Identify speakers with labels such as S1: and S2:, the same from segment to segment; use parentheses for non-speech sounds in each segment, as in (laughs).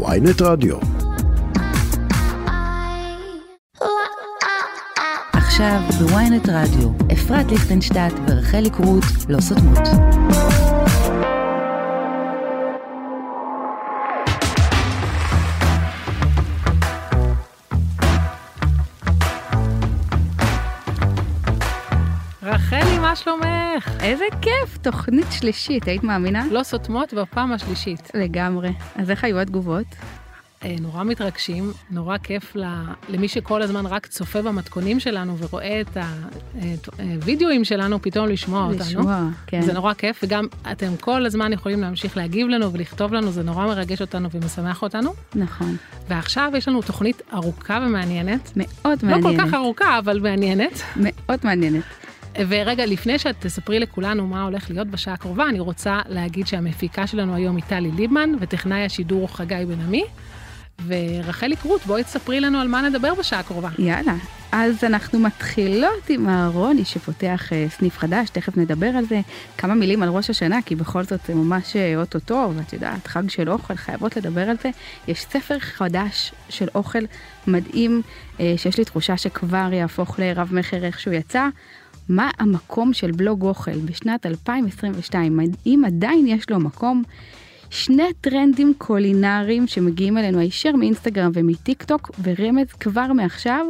S1: ויינט רדיו.
S2: עכשיו בוויינט רדיו, אפרת ליכטנשטט ורחלי קרוט לא סותמות.
S3: רחלי, מה שלומך?
S4: איזה כיף, תוכנית שלישית, היית מאמינה?
S3: לא סותמות בפעם השלישית.
S4: לגמרי. אז איך היו התגובות?
S3: אה, נורא מתרגשים, נורא כיף ל- למי שכל הזמן רק צופה במתכונים שלנו ורואה את הווידאוים שלנו, פתאום לשמוע אותנו.
S4: לשמוע, כן.
S3: זה לא- נורא כיף, וגם אתם כל הזמן יכולים להמשיך להגיב לנו ולכתוב לנו, זה נורא מרגש אותנו ומשמח אותנו.
S4: נכון.
S3: ועכשיו יש לנו תוכנית ארוכה ומעניינת.
S4: מאוד
S3: לא
S4: מעניינת.
S3: כל כך ארוכה, אבל מעניינת.
S4: מאוד מעניינת.
S3: ורגע, לפני שאת תספרי לכולנו מה הולך להיות בשעה הקרובה, אני רוצה להגיד שהמפיקה שלנו היום היא טלי ליבמן, וטכנאי השידור הוא חגי בן עמי. ורחלי קרוט, בואי תספרי לנו על מה נדבר בשעה הקרובה.
S4: יאללה. אז אנחנו מתחילות עם אהרוני שפותח אה, סניף חדש, תכף נדבר על זה. כמה מילים על ראש השנה, כי בכל זאת זה ממש אה, אוטוטו, ואת יודעת, חג של אוכל, חייבות לדבר על זה. יש ספר חדש של אוכל מדהים, אה, שיש לי תחושה שכבר יהפוך לרב מכר איך שהוא יצא. מה המקום של בלוג אוכל בשנת 2022? אם עדיין יש לו מקום? שני טרנדים קולינריים שמגיעים אלינו הישר מאינסטגרם ומטיק טוק ורמז כבר מעכשיו.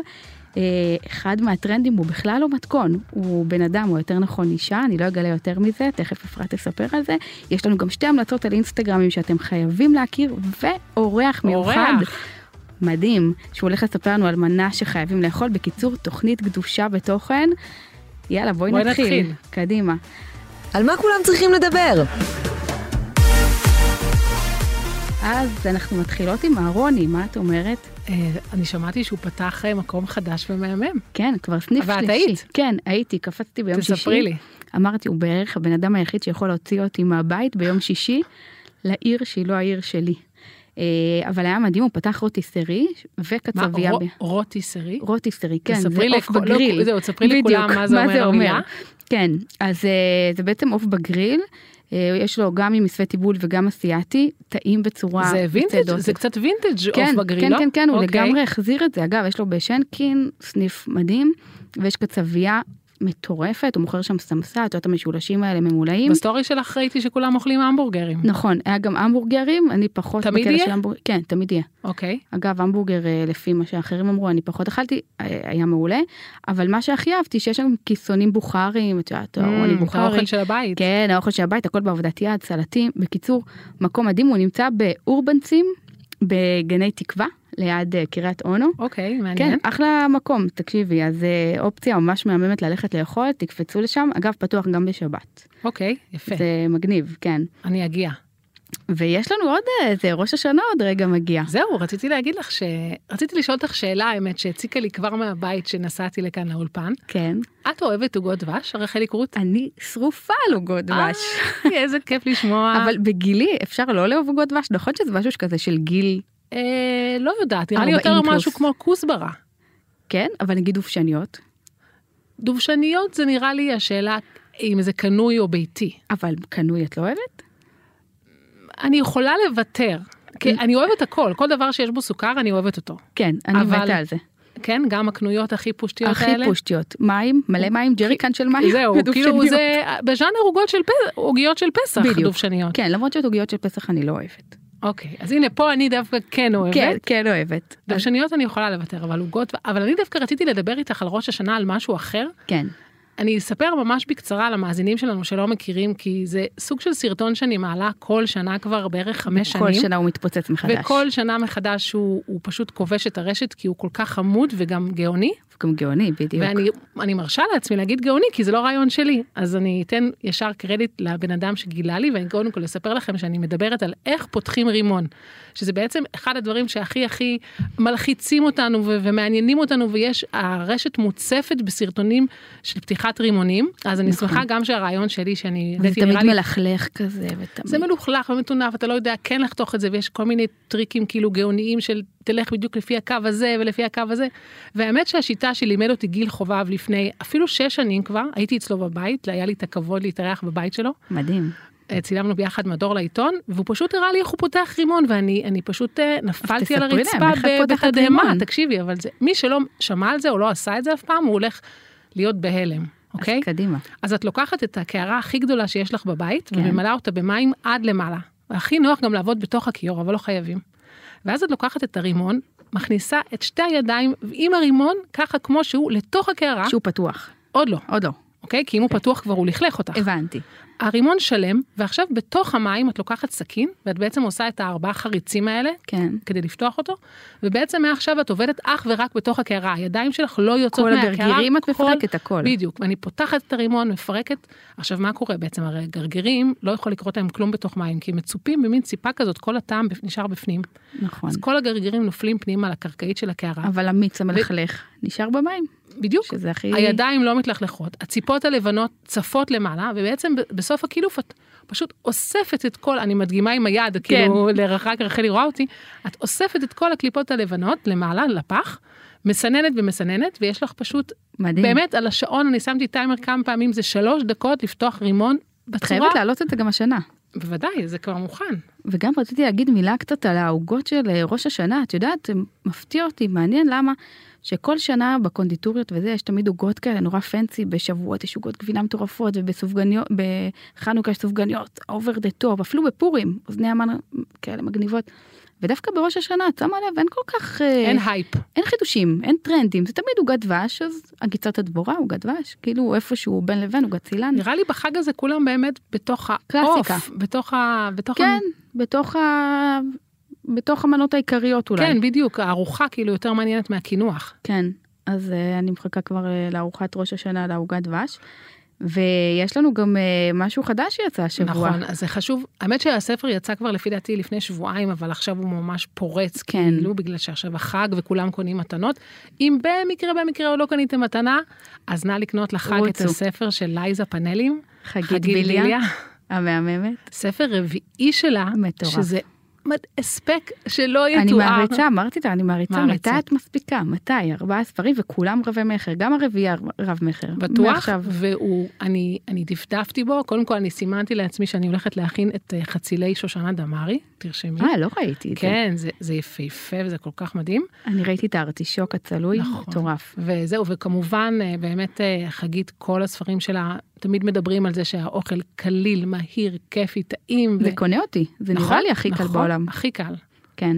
S4: אה, אחד מהטרנדים הוא בכלל לא מתכון, הוא בן אדם, או יותר נכון אישה, אני לא אגלה יותר מזה, תכף אפרת תספר על זה. יש לנו גם שתי המלצות על אינסטגרמים שאתם חייבים להכיר, ואורח מיוחד.
S3: אורח.
S4: מדהים, שהוא הולך לספר לנו על מנה שחייבים לאכול. בקיצור, תוכנית גדושה בתוכן. יאללה, בואי,
S3: בואי נתחיל.
S4: קדימה.
S5: על מה כולם צריכים לדבר?
S4: אז אנחנו מתחילות עם אהרוני, מה את אומרת?
S3: אה, אני שמעתי שהוא פתח אה, מקום חדש ומהמם.
S4: כן, כבר סניף
S3: אבל את
S4: שלישי.
S3: היית.
S4: כן, הייתי, קפצתי ביום שישי.
S3: תספרי לי.
S4: אמרתי, הוא בערך הבן אדם היחיד שיכול להוציא אותי מהבית ביום שישי לעיר שהיא לא העיר שלי. אה, אבל היה מדהים, הוא פתח רוטיסרי
S3: מה,
S4: וקצבייה.
S3: רו-
S4: ב-
S3: רוטיסרי?
S4: רוטיסרי, כן, זה
S3: תספרי
S4: עוף
S3: לכ- לא,
S4: בגריל.
S3: זהו, תספרי לכולם
S4: בדיוק,
S3: מה זה אומר המילה.
S4: כן, אז אה, זה בעצם עוף בגריל, אה, יש לו גם עם מסווה טיבול וגם אסיאתי, טעים בצורה
S3: זה וינטג'?
S4: יוצאת
S3: זה
S4: דופן.
S3: קצת וינטג' עוף
S4: כן,
S3: בגריל,
S4: כן,
S3: לא?
S4: כן, כן, הוא
S3: אוקיי.
S4: לגמרי החזיר את זה. אגב, יש לו בשנקין סניף מדהים, ויש קצבייה מטורפת, הוא מוכר שם סמסה, את יודעת, המשולשים האלה ממולאים.
S3: בסטורי שלך ראיתי שכולם אוכלים המבורגרים.
S4: נכון, היה גם המבורגרים, אני פחות
S3: תמיד
S4: בקטע
S3: יהיה?
S4: של המבורגרים. כן, תמיד יהיה.
S3: אוקיי.
S4: אגב, המבורגר, אה, לפי מה שאחרים אמרו, אני פחות אכלתי, אה, היה מעולה, אבל מה שהכי אהבתי, שיש שם כיסונים בוכרים, את יודעת, ארוני
S3: Mm, את האוכל
S4: בוכרי.
S3: של הבית.
S4: כן, האוכל של הבית, הכל בעבודת יד, סלטים. בקיצור, מקום מדהים, הוא נמצא באורבנסים, בגני תקווה, ליד אה, קריית אונו.
S3: אוקיי,
S4: כן,
S3: מעניין.
S4: אחלה מקום, תקשיבי, אז אה, אופציה ממש מהממת ללכת לאכול, תקפצו לשם, אגב, פתוח גם בשבת.
S3: אוקיי, יפה.
S4: זה מגניב, כן.
S3: אני אגיע.
S4: ויש לנו עוד איזה, ראש השנה עוד רגע מגיע.
S3: זהו, רציתי להגיד לך ש... רציתי לשאול אותך שאלה, האמת, שהציקה לי כבר מהבית שנסעתי לכאן לאולפן.
S4: כן.
S3: את אוהבת עוגות דבש, רחלי קרוט?
S4: אני שרופה על עוגות (laughs) דבש.
S3: אה, איזה כיף לשמוע.
S4: אבל בגילי אפשר לא לאהוב עוגות דבש, נכון שזה משהו שכזה של גיל,
S3: אה, לא יודעת, נראה לי
S4: 40
S3: יותר
S4: פלוס.
S3: משהו כמו כוסברה.
S4: כן? אבל נגיד דובשניות.
S3: דובשניות זה נראה לי השאלה אם זה קנוי או ביתי.
S4: אבל קנוי את לא אוהבת?
S3: אני יכולה לוותר.
S4: אוקיי.
S3: כי אני אוהבת הכל, כל דבר שיש בו סוכר אני אוהבת אותו.
S4: כן, אני
S3: אבל-
S4: מתה על זה.
S3: כן, גם הקנויות הכי פושטיות
S4: הכי
S3: האלה.
S4: פושטיות. מים, מלא מים, ג'ריקן של מים. (laughs)
S3: זהו, כאילו
S4: ודובשניות.
S3: זה בז'אנר עוגות של פ- עוגיות של פסח,
S4: בדיוק.
S3: דובשניות.
S4: כן, למרות שאת עוגיות של פסח אני לא אוהבת.
S3: אוקיי, אז הנה פה אני דווקא כן אוהבת.
S4: כן, כן אוהבת. אז-
S3: דבשניות אני יכולה לוותר, אבל עוגות, אבל אני דווקא רציתי לדבר איתך על ראש השנה על משהו אחר.
S4: כן.
S3: אני אספר ממש בקצרה למאזינים שלנו שלא מכירים, כי זה סוג של סרטון שאני מעלה כל שנה כבר בערך חמש שנים.
S4: כל שנה הוא מתפוצץ מחדש.
S3: וכל שנה מחדש הוא, הוא פשוט כובש את הרשת כי הוא כל כך חמוד וגם גאוני,
S4: הוא גם גאוני, בדיוק.
S3: ואני אני מרשה לעצמי להגיד גאוני כי זה לא רעיון שלי. אז אני אתן ישר קרדיט לבן אדם שגילה לי, ואני קודם כל אספר לכם שאני מדברת על איך פותחים רימון, שזה בעצם אחד הדברים שהכי הכי מלחיצים אותנו ו- ומעניינים אותנו, ויש, הרשת מוצפת בסרטונים של פתיחת רימונים, אז אני
S4: נכון.
S3: שמחה גם שהרעיון שלי שאני
S4: זה
S3: העליתי
S4: תמיד
S3: נראה לי
S4: מלכלך כזה, ותמיד.
S3: זה מלוכלך ומטונף, אתה לא יודע כן לחתוך את זה, ויש כל מיני טריקים כאילו גאוניים של תלך בדיוק לפי הקו הזה ולפי הקו הזה. והאמת שהשיטה שלימד אותי גיל חובב לפני אפילו שש שנים כבר, הייתי אצלו בבית, היה לי את הכבוד להתארח בבית שלו,
S4: מדהים.
S3: אה, צילמנו ביחד מדור לעיתון, והוא פשוט הראה לי איך הוא פותח רימון, ואני אני פשוט אה, נפלתי על
S4: תספרי להם,
S3: הרצפה
S4: איך את
S3: ב-
S4: פותחת
S3: בתדהמה.
S4: רימון?
S3: תקשיבי, אבל זה, מי שלא שמע על זה או לא עשה את זה אף פעם, הוא הולך להיות בהלם, אוקיי?
S4: אז קדימה.
S3: אז את לוקחת את הקערה הכי גדולה שיש לך בבית, כן. וממלאה אותה במים עד למעלה. הכי נוח גם לעבוד בתוך הכיור, אבל לא חייבים. ואז את לוקחת את הרימון, מכניסה את שתי הידיים עם הרימון, ככה כמו שהוא, לתוך הקערה,
S4: שהוא פתוח.
S3: עוד לא,
S4: עוד לא.
S3: אוקיי? כי אם הוא פתוח כבר הוא לכלך אותך.
S4: הבנתי.
S3: הרימון שלם, ועכשיו בתוך המים את לוקחת סכין, ואת בעצם עושה את הארבעה חריצים האלה,
S4: כן.
S3: כדי לפתוח אותו, ובעצם מעכשיו את עובדת אך ורק בתוך הקערה, הידיים שלך לא יוצאות
S4: כל
S3: מהקערה.
S4: הגרגירים את
S3: כל-
S4: מפרקת הכל.
S3: בדיוק, ואני פותחת את הרימון, מפרקת. עכשיו, מה קורה בעצם? הרי גרגירים, לא יכול לקרות להם כלום בתוך מים, כי הם מצופים במין ציפה כזאת, כל הטעם בפ- נשאר בפנים.
S4: נכון.
S3: אז כל הגרגירים נופלים פנימה לקרקעית של הקערה.
S4: אבל המיץ המלכלך נשאר במים,
S3: בדיוק.
S4: שזה הכי...
S3: הידיים לא מתלכלכות, הציפות הלבנות צפות למעלה, ובעצם ב- בסוף הקילוף את פשוט אוספת את כל, אני מדגימה עם
S4: כן.
S3: היד, כאילו לרחק רחלי רואה אותי, את אוספת את כל הקליפות הלבנות למעלה, לפח, מסננת ומסננת, ויש לך פשוט,
S4: מדהים.
S3: באמת על השעון, אני שמתי טיימר כמה פעמים, זה שלוש דקות לפתוח רימון
S4: את
S3: בצורה,
S4: חייבת להעלות את זה גם השנה.
S3: בוודאי, זה כבר מוכן.
S4: וגם רציתי להגיד מילה קצת על העוגות של אה, ראש השנה, את יודעת, זה מפתיע אותי, מעניין למה שכל שנה בקונדיטוריות וזה, יש תמיד עוגות כאלה נורא פנסי, בשבועות יש עוגות גבינה מטורפות, ובסופגניות, בחנוכה יש סופגניות, over the top, אפילו בפורים, אוזני המן כאלה מגניבות. ודווקא בראש השנה, את שמה לב, אין כל כך... אה,
S3: אין הייפ.
S4: אין חידושים, אין טרנדים, זה תמיד עוגת דבש, אז עקיצת הדבורה, עוגת דבש, כאילו איפשהו בין לבין עוגת צילן.
S3: נראה לי בחג הזה כולם באמת בתוך
S4: קלאסיקה.
S3: העוף, בתוך ה... בתוך
S4: כן, בתוך, ה... בתוך המנות העיקריות אולי.
S3: כן, בדיוק, הארוחה כאילו יותר מעניינת מהקינוח.
S4: כן, אז אה, אני מחכה כבר אה, לארוחת ראש השנה לעוגת דבש. ויש לנו גם אה, משהו חדש שיצא השבוע.
S3: נכון, אז זה חשוב. האמת שהספר יצא כבר לפי דעתי לפני שבועיים, אבל עכשיו הוא ממש פורץ,
S4: כן.
S3: כאילו, בגלל שעכשיו החג וכולם קונים מתנות. אם במקרה במקרה עוד לא קניתם מתנה, אז נא לקנות לחג את
S4: רוצו.
S3: הספר של לייזה פאנלים.
S4: חגית
S3: חגית
S4: ביליה. המהממת.
S3: ספר רביעי שלה,
S4: מטורף.
S3: שזה מד- הספק שלא יתואר.
S4: אני מעריצה, אמרתי לה, אני מעריצה,
S3: מעריצה.
S4: מתי את מספיקה? מתי? ארבעה ספרים וכולם רבי מכר, גם הרביעייה רב מכר.
S3: בטוח,
S4: מעכשיו.
S3: והוא, אני, אני דפדפתי בו, קודם כל אני סימנתי לעצמי שאני הולכת להכין את אה, חצילי שושנה דמארי, תרשמי.
S4: אה, לא ראיתי את זה.
S3: כן, זה, זה יפהפה וזה כל כך מדהים.
S4: אני ראיתי את הארטישוק הצלוי,
S3: נכון.
S4: מטורף.
S3: וזהו, וכמובן, אה, באמת, אה, חגית, כל הספרים שלה, תמיד מדברים על זה שהאוכל קליל, מהיר, כיפי, טעים. ו-
S4: זה קונה אותי, זה
S3: נכון,
S4: נראה לי הכי קל
S3: נכון,
S4: בעולם.
S3: הכי קל.
S4: כן.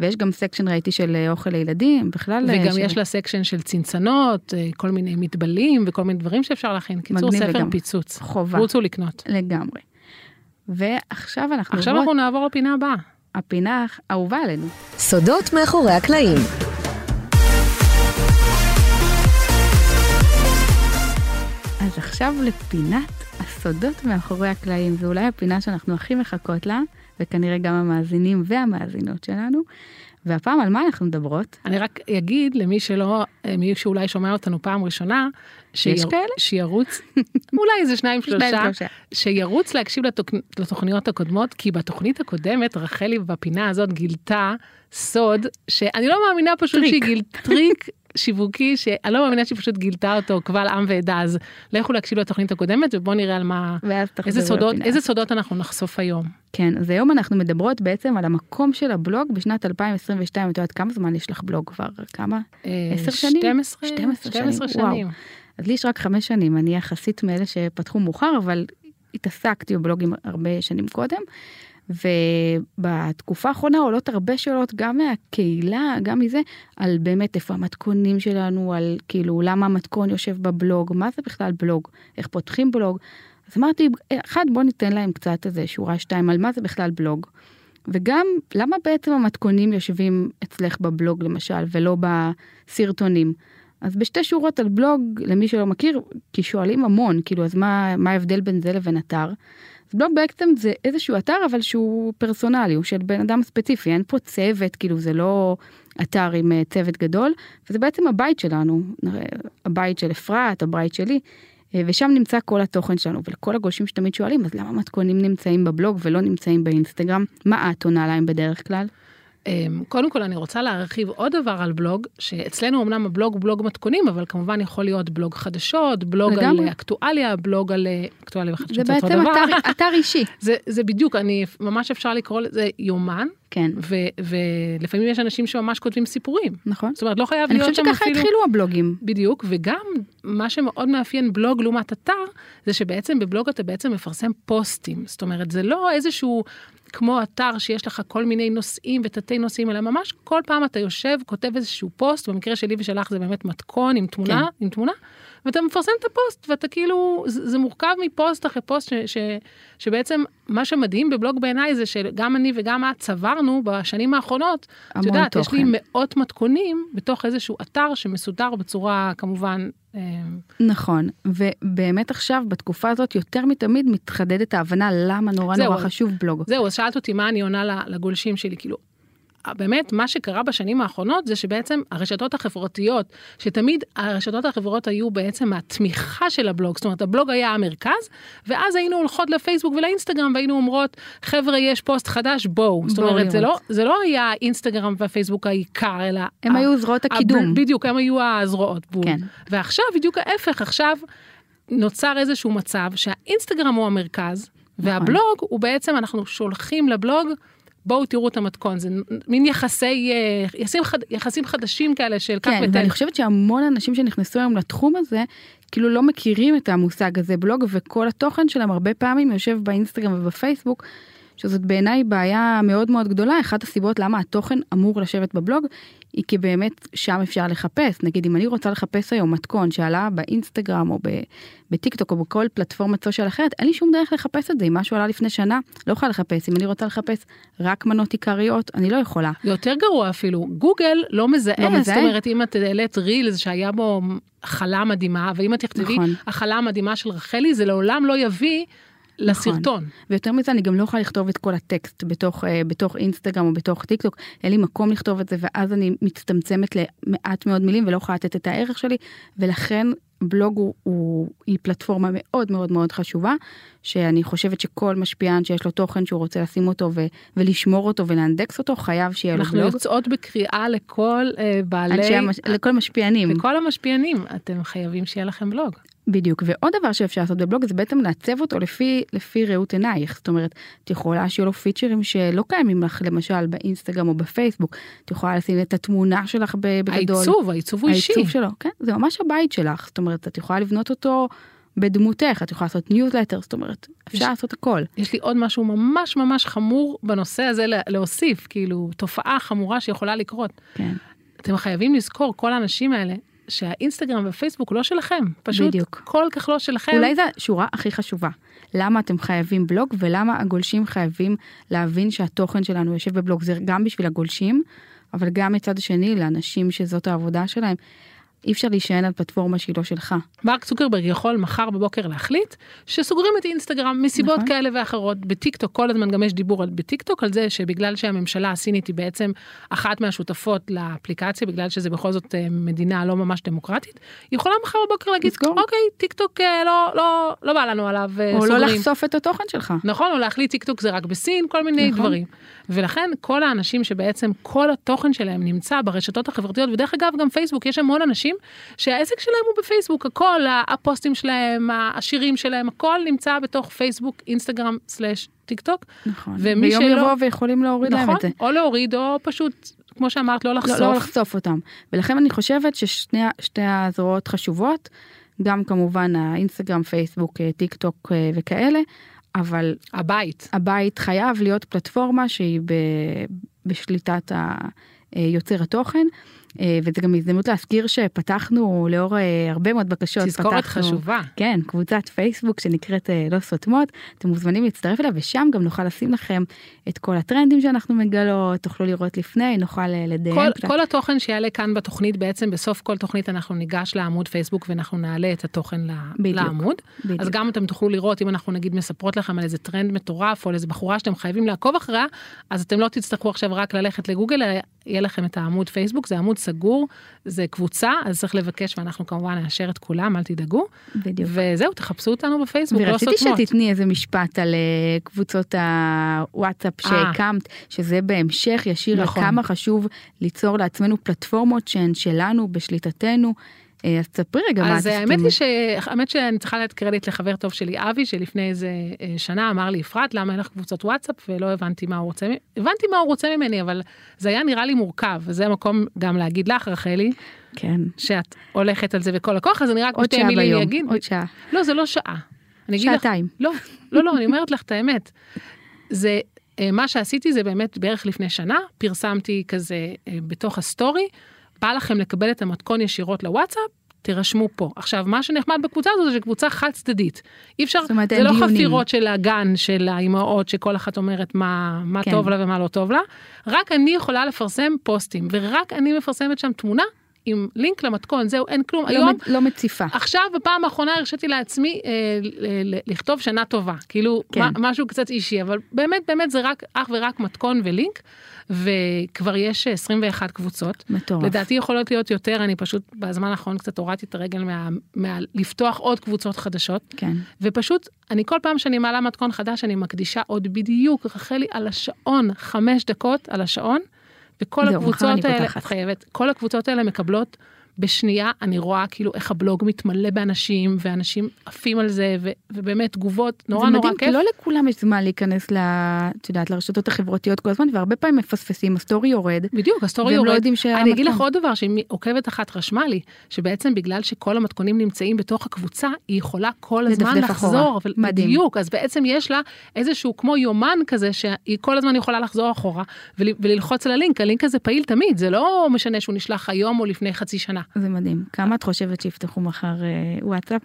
S4: ויש גם סקשן ראיתי של אה, אוכל לילדים, בכלל... אה,
S3: וגם
S4: של-
S3: יש לה סקשן של צנצנות, אה, כל מיני מטבלים וכל מיני דברים שאפשר להכין. קיצור,
S4: מגניב
S3: ספר
S4: לגמרי.
S3: פיצוץ.
S4: חובה.
S3: רוצו לקנות.
S4: לגמרי. ועכשיו אנחנו
S3: עכשיו
S4: עוברות
S3: אנחנו נעבור לפינה הבאה.
S4: הפינה האהובה עלינו.
S5: סודות מאחורי הקלעים.
S4: אז עכשיו לפינת הסודות מאחורי הקלעים, זו אולי הפינה שאנחנו הכי מחכות לה, וכנראה גם המאזינים והמאזינות שלנו. והפעם על מה אנחנו מדברות?
S3: אני רק אגיד למי שלא, אה, מי שאולי שומע אותנו פעם ראשונה, שיר-
S4: כאלה? (laughs)
S3: שירוץ, אולי איזה שניים שלושה,
S4: שלושה.
S3: שירוץ להקשיב לתוכ... לתוכניות הקודמות, כי בתוכנית הקודמת רחלי בפינה הזאת גילתה סוד, שאני לא מאמינה פשוט
S4: טריק.
S3: שהיא גילתה טריק שיווקי, שאני לא מאמינה שהיא פשוט גילתה אותו קבל עם ועדה, אז לכו להקשיב לתוכנית הקודמת ובואו נראה על מה,
S4: ואז תחזרו
S3: איזה סודות,
S4: לפינה.
S3: איזה סודות אנחנו נחשוף היום.
S4: כן, אז היום אנחנו מדברות בעצם על המקום של הבלוג בשנת 2022, את יודעת כמה זמן יש לך בלוג כבר? כמה?
S3: אה,
S4: עשר שנים?
S3: 12,
S4: 12 שנים,
S3: 12
S4: וואו.
S3: שנים.
S4: אז לי יש רק חמש שנים, אני יחסית מאלה שפתחו מאוחר, אבל התעסקתי בבלוגים הרבה שנים קודם. ובתקופה האחרונה עולות הרבה שאלות, גם מהקהילה, גם מזה, על באמת איפה המתכונים שלנו, על כאילו למה המתכון יושב בבלוג, מה זה בכלל בלוג, איך פותחים בלוג. אז אמרתי, אחד, בוא ניתן להם קצת איזה שורה שתיים על מה זה בכלל בלוג. וגם, למה בעצם המתכונים יושבים אצלך בבלוג למשל, ולא בסרטונים? אז בשתי שורות על בלוג, למי שלא מכיר, כי שואלים המון, כאילו, אז מה, מה ההבדל בין זה לבין אתר? אז בלוג בעצם זה איזשהו אתר, אבל שהוא פרסונלי, הוא של בן אדם ספציפי, אין פה צוות, כאילו, זה לא אתר עם אה, צוות גדול, וזה בעצם הבית שלנו, נראה, הבית של אפרת, הבית שלי, אה, ושם נמצא כל התוכן שלנו, ולכל הגולשים שתמיד שואלים, אז למה מתכונים נמצאים בבלוג ולא נמצאים באינסטגרם? מה את עונה להם בדרך כלל?
S3: אמ, קודם כל אני רוצה להרחיב עוד דבר על בלוג, שאצלנו אמנם הבלוג הוא בלוג מתכונים, אבל כמובן יכול להיות בלוג חדשות, בלוג על
S4: לגמרי.
S3: אה, אקטואליה, בלוג על אה, אקטואליה וחדשות,
S4: זה בעצם אתר, אתר אישי.
S3: (laughs) זה, זה בדיוק, אני ממש אפשר לקרוא לזה יומן,
S4: כן,
S3: ו, ולפעמים יש אנשים שממש כותבים סיפורים. (laughs)
S4: נכון.
S3: זאת אומרת, לא חייב
S4: אני
S3: להיות
S4: חושבת
S3: שם
S4: שככה
S3: אפילו...
S4: התחילו הבלוגים.
S3: בדיוק, וגם מה שמאוד מאפיין בלוג לעומת אתר, זה שבעצם בבלוג אתה בעצם מפרסם פוסטים. זאת אומרת, זה לא איזשהו כמו אתר שיש לך כל מיני נושאים ותתי נושאים, אלא ממש כל פעם אתה יושב, כותב איזשהו פוסט, במקרה שלי ושלך זה באמת מתכון עם תמונה, כן. עם תמונה, ואתה מפרסם את הפוסט, ואתה כאילו, זה זה מורכב מפוסט אחרי פוסט, ש, ש, שבעצם מה שמדהים בבלוג בעיניי זה שגם אני וגם את צברנו בשנים האחרונות
S4: המון
S3: את יודעת, יש לי
S4: תוכן.
S3: מאות מתכונים בתוך איזשהו אתר שמסודר בצורה כמובן, אה,
S4: נכון, ובאמת עכשיו, בתקופה הזאת, יותר מתמיד מתחדדת ההבנה למה נורא
S3: זהו,
S4: נורא
S3: אז-
S4: חשוב בלוג.
S3: זהו, אז שאלת אותי מה אני עונה ל- לגולשים שלי, כאילו, אה, באמת, מה שקרה בשנים האחרונות זה שבעצם הרשתות החברתיות, שתמיד הרשתות החברתיות היו בעצם התמיכה של הבלוג, זאת אומרת, הבלוג היה המרכז, ואז היינו הולכות לפייסבוק ולאינסטגרם והיינו אומרות, חבר'ה, יש פוסט חדש, בואו. זאת
S4: בואו
S3: אומרת, זה לא,
S4: לראות.
S3: זה לא היה אינסטגרם והפייסבוק העיקר, אלא...
S4: הם
S3: ה-
S4: היו זרועות הקידום.
S3: הב- בדיוק, הם היו הזרועות. בול.
S4: כן.
S3: ועכשיו, בדיוק ההפך, עכשיו נוצר איזשהו מצב שהאינסטגרם הוא המרכז,
S4: נכון.
S3: והבלוג הוא בעצם, אנחנו שולחים לבלוג, בואו תראו את המתכון, זה מין יחסי, אה, יחסים, חד, יחסים חדשים כאלה של כך
S4: כן,
S3: ותן.
S4: ואני חושבת שהמון אנשים שנכנסו היום לתחום הזה, כאילו לא מכירים את המושג הזה בלוג, וכל התוכן שלהם הרבה פעמים יושב באינסטגרם ובפייסבוק, שזאת בעיניי בעיה מאוד מאוד גדולה. אחת הסיבות למה התוכן אמור לשבת בבלוג, היא כי באמת שם אפשר לחפש. נגיד, אם אני רוצה לחפש היום מתכון שעלה באינסטגרם או ב- בטיקטוק או בכל פלטפורמת סושיאל אחרת, אין לי שום דרך לחפש את זה. אם משהו עלה לפני שנה, לא יכולה לחפש. אם אני רוצה לחפש רק מנות עיקריות, אני לא יכולה.
S3: זה יותר גרוע אפילו, גוגל לא מזהה,
S4: לא מזהה?
S3: זאת אומרת, אם את העלית רילס שהיה בו הכלה מדהימה, ואם את תכתבי,
S4: נכון.
S3: הכלה מדהימה של רחלי, זה לעולם לא יביא
S4: נכון.
S3: לסרטון.
S4: ויותר מזה, אני גם לא יכולה לכתוב את כל הטקסט בתוך, אה, בתוך אינסטגרם או בתוך טיק טוק, אין לי מקום לכתוב את זה, ואז אני מצטמצמת למעט מאוד מילים ולא יכולה לתת את הערך שלי, ולכן בלוג הוא, הוא, היא פלטפורמה מאוד מאוד מאוד חשובה, שאני חושבת שכל משפיען שיש לו תוכן שהוא רוצה לשים אותו ו, ולשמור אותו ולהנדקס אותו, חייב שיהיה לו
S3: אנחנו
S4: בלוג.
S3: יוצאות בקריאה לכל אה,
S4: אנשי
S3: בעלי,
S4: המש... לכל המשפיענים.
S3: לכל המשפיענים, אתם חייבים שיהיה לכם בלוג.
S4: בדיוק, ועוד דבר שאפשר לעשות בבלוג זה בעצם לעצב אותו לפי, לפי ראות עינייך. זאת אומרת, את יכולה שיהיו לו פיצ'רים שלא קיימים לך למשל באינסטגרם או בפייסבוק. את יכולה לשים את התמונה שלך ב- בגדול.
S3: העיצוב, העיצוב הוא אישי.
S4: העיצוב שלו, כן, זה ממש הבית שלך. זאת אומרת, את יכולה לבנות אותו בדמותך, את יכולה לעשות ניוזלטר, זאת אומרת, אפשר
S3: יש-
S4: לעשות הכל.
S3: יש לי עוד משהו ממש ממש חמור בנושא הזה לה- להוסיף, כאילו, תופעה חמורה שיכולה לקרות.
S4: כן,
S3: אתם חייבים לזכור, כל האנשים האלה, שהאינסטגרם והפייסבוק לא שלכם, פשוט
S4: בדיוק.
S3: כל כך לא שלכם.
S4: אולי זו השורה הכי חשובה. למה אתם חייבים בלוג ולמה הגולשים חייבים להבין שהתוכן שלנו יושב בבלוג. זה גם בשביל הגולשים, אבל גם מצד שני לאנשים שזאת העבודה שלהם. אי אפשר להישען על פלטפורמה שהיא לא שלך.
S3: מרק צוקרברג יכול מחר בבוקר להחליט שסוגרים את אינסטגרם מסיבות
S4: נכון.
S3: נכון. כאלה ואחרות. בטיקטוק כל הזמן גם יש דיבור על בטיקטוק על זה שבגלל שהממשלה הסינית היא בעצם אחת מהשותפות לאפליקציה, בגלל שזה בכל זאת אה, מדינה לא ממש דמוקרטית, היא יכולה מחר בבוקר להגיד,
S4: לסגור.
S3: אוקיי, טיקטוק אה, לא, לא, לא בא לנו עליו, אה,
S4: או לא
S3: סוגרים.
S4: לחשוף את התוכן שלך.
S3: נכון, או להחליט טיקטוק זה רק בסין, כל מיני
S4: נכון.
S3: נכון. דברים. ולכן כל האנשים שבעצם כל התוכן שלהם נמצא ברשתות החברתיות, ודרך אגב גם פייסבוק, יש המון אנשים שהעסק שלהם הוא בפייסבוק, הכל, הפוסטים שלהם, השירים שלהם, הכל נמצא בתוך פייסבוק, אינסטגרם סלאש טיק טוק.
S4: נכון.
S3: ומי
S4: ביום
S3: שלא-
S4: יבוא ויכולים להוריד להם
S3: נכון?
S4: את זה.
S3: או להוריד, או פשוט, כמו שאמרת, לא לחשוף.
S4: לא, לא לחשוף אותם. ולכן אני חושבת ששתי שתי הזרועות חשובות, גם כמובן האינסטגרם, פייסבוק, אה, טיק טוק אה, וכאלה, אבל
S3: הבית.
S4: הבית חייב להיות פלטפורמה שהיא ב, בשליטת ה, אה, יוצר התוכן. אה, וזו גם הזדמנות להזכיר שפתחנו לאור אה, הרבה מאוד בקשות,
S3: תזכורת
S4: פתחנו,
S3: חשובה.
S4: כן, קבוצת פייסבוק שנקראת אה, לא סותמות, אתם מוזמנים להצטרף אליה ושם גם נוכל לשים לכם את כל הטרנדים שאנחנו מגלות, תוכלו לראות לפני, נוכל אה, לדיין
S3: כל,
S4: קצת.
S3: כל התוכן שיעלה כאן בתוכנית, בעצם בסוף כל תוכנית אנחנו ניגש לעמוד פייסבוק ואנחנו נעלה את התוכן ל-
S4: בדיוק.
S3: לעמוד.
S4: בדיוק.
S3: אז גם אתם תוכלו לראות אם אנחנו נגיד מספרות לכם על איזה טרנד מטורף או על איזה בחורה שאתם חייבים לעקוב אחריה, אז אתם לא תצטרכו עכשיו רק ללכת לגוגל, אלא יהיה לכם את העמוד פייסבוק, זה עמוד סגור, זה קבוצה, אז צריך לבקש, ואנחנו כמובן נאשר את כולם, אל תדאגו.
S4: בדיוק.
S3: וזהו, תחפשו אותנו בפייסבוק, לא
S4: ורציתי
S3: סותמות.
S4: שתתני איזה משפט על אה, קבוצות הוואטסאפ
S3: אה.
S4: שהקמת, שזה בהמשך ישיר על
S3: נכון.
S4: כמה חשוב ליצור לעצמנו פלטפורמות שהן שלנו, בשליטתנו. אה, אז תספרי רגע מה
S3: אז
S4: את
S3: האמת
S4: עושה.
S3: היא ש... האמת שאני צריכה לתת קרדיט לחבר טוב שלי, אבי, שלפני איזה אה, שנה אמר לי, אפרת, למה אין לך קבוצות וואטסאפ? ולא הבנתי מה הוא רוצה, מ- הבנתי מה הוא רוצה ממני, אבל זה היה נראה לי מורכב, וזה המקום גם להגיד לך, רחלי,
S4: כן.
S3: שאת הולכת על זה בכל הכוח, אז אני רק
S4: עוד
S3: בשתי
S4: שעה
S3: מילים
S4: ביום,
S3: אגיד.
S4: עוד שעה.
S3: לא, זה לא שעה. אני אגיד לך-
S4: שעתיים.
S3: לא, לא, לא, אני אומרת לך את האמת. זה, אה, מה שעשיתי זה באמת בערך לפני שנה, פרסמתי כזה אה, בתוך הסטורי, בא לכם לקבל את המתכון ישירות לוואטסאפ, תירשמו פה. עכשיו, מה שנחמד בקבוצה הזו זה שקבוצה חד צדדית. אי אפשר,
S4: זאת אומרת,
S3: זה
S4: אין
S3: לא
S4: דיונים.
S3: חפירות של הגן, של האימהות, שכל אחת אומרת מה, מה
S4: כן.
S3: טוב לה ומה לא טוב לה, רק אני יכולה לפרסם פוסטים, ורק אני מפרסמת שם תמונה עם לינק למתכון, זהו, אין כלום.
S4: לא
S3: היום אה,
S4: מ- לא מציפה.
S3: עכשיו, בפעם האחרונה הרשיתי לעצמי אה, ל- ל- לכתוב שנה טובה. כאילו,
S4: כן.
S3: כן. מה, משהו קצת אישי, אבל באמת, באמת זה רק, אך ורק מתכון ולינק, וכבר יש אה, 21 קבוצות.
S4: מטורף.
S3: לדעתי יכולות להיות יותר, אני פשוט בזמן האחרון קצת הורדתי את הרגל מה, מה... לפתוח עוד קבוצות חדשות.
S4: כן.
S3: ופשוט, אני כל פעם שאני מעלה מתכון חדש, אני מקדישה עוד בדיוק, רחלי, על השעון, חמש דקות על השעון, וכל
S4: זהו, מחר אני
S3: הקבוצות האלה,
S4: פותחת.
S3: חייבת, כל הקבוצות האלה מקבלות בשנייה, אני רואה כאילו איך הבלוג מתמלא באנשים, ואנשים עפים על זה, ו- ובאמת תגובות, נורא
S4: זה
S3: נורא
S4: מדהים, כי
S3: כיף.
S4: לא לכולם יש זמן להיכנס ל... את יודעת, לרשתות החברתיות כל הזמן, והרבה פעמים מפספסים, הסטורי יורד.
S3: בדיוק, הסטורי
S4: והם לא
S3: יורד.
S4: יודעים שהיה
S3: אני אגיד
S4: מתכון.
S3: לך עוד דבר, שעוקבת אחת רשמה לי, שבעצם בגלל שכל המתכונים נמצאים בתוך הקבוצה, היא יכולה כל הזמן
S4: לדפדף
S3: לחזור.
S4: אחורה.
S3: אבל
S4: מדהים.
S3: בדיוק, אז בעצם יש לה איזשהו כמו יומן כזה, שהיא כל הזמן יכולה לחזור אחורה ול, וללחוץ על הלינק, הלינק הזה פעיל תמיד, זה לא משנה שהוא נשלח היום או לפני חצי שנה.
S4: זה מדהים. כמה את חושבת שיפתחו מחר אה, וואטסאפ?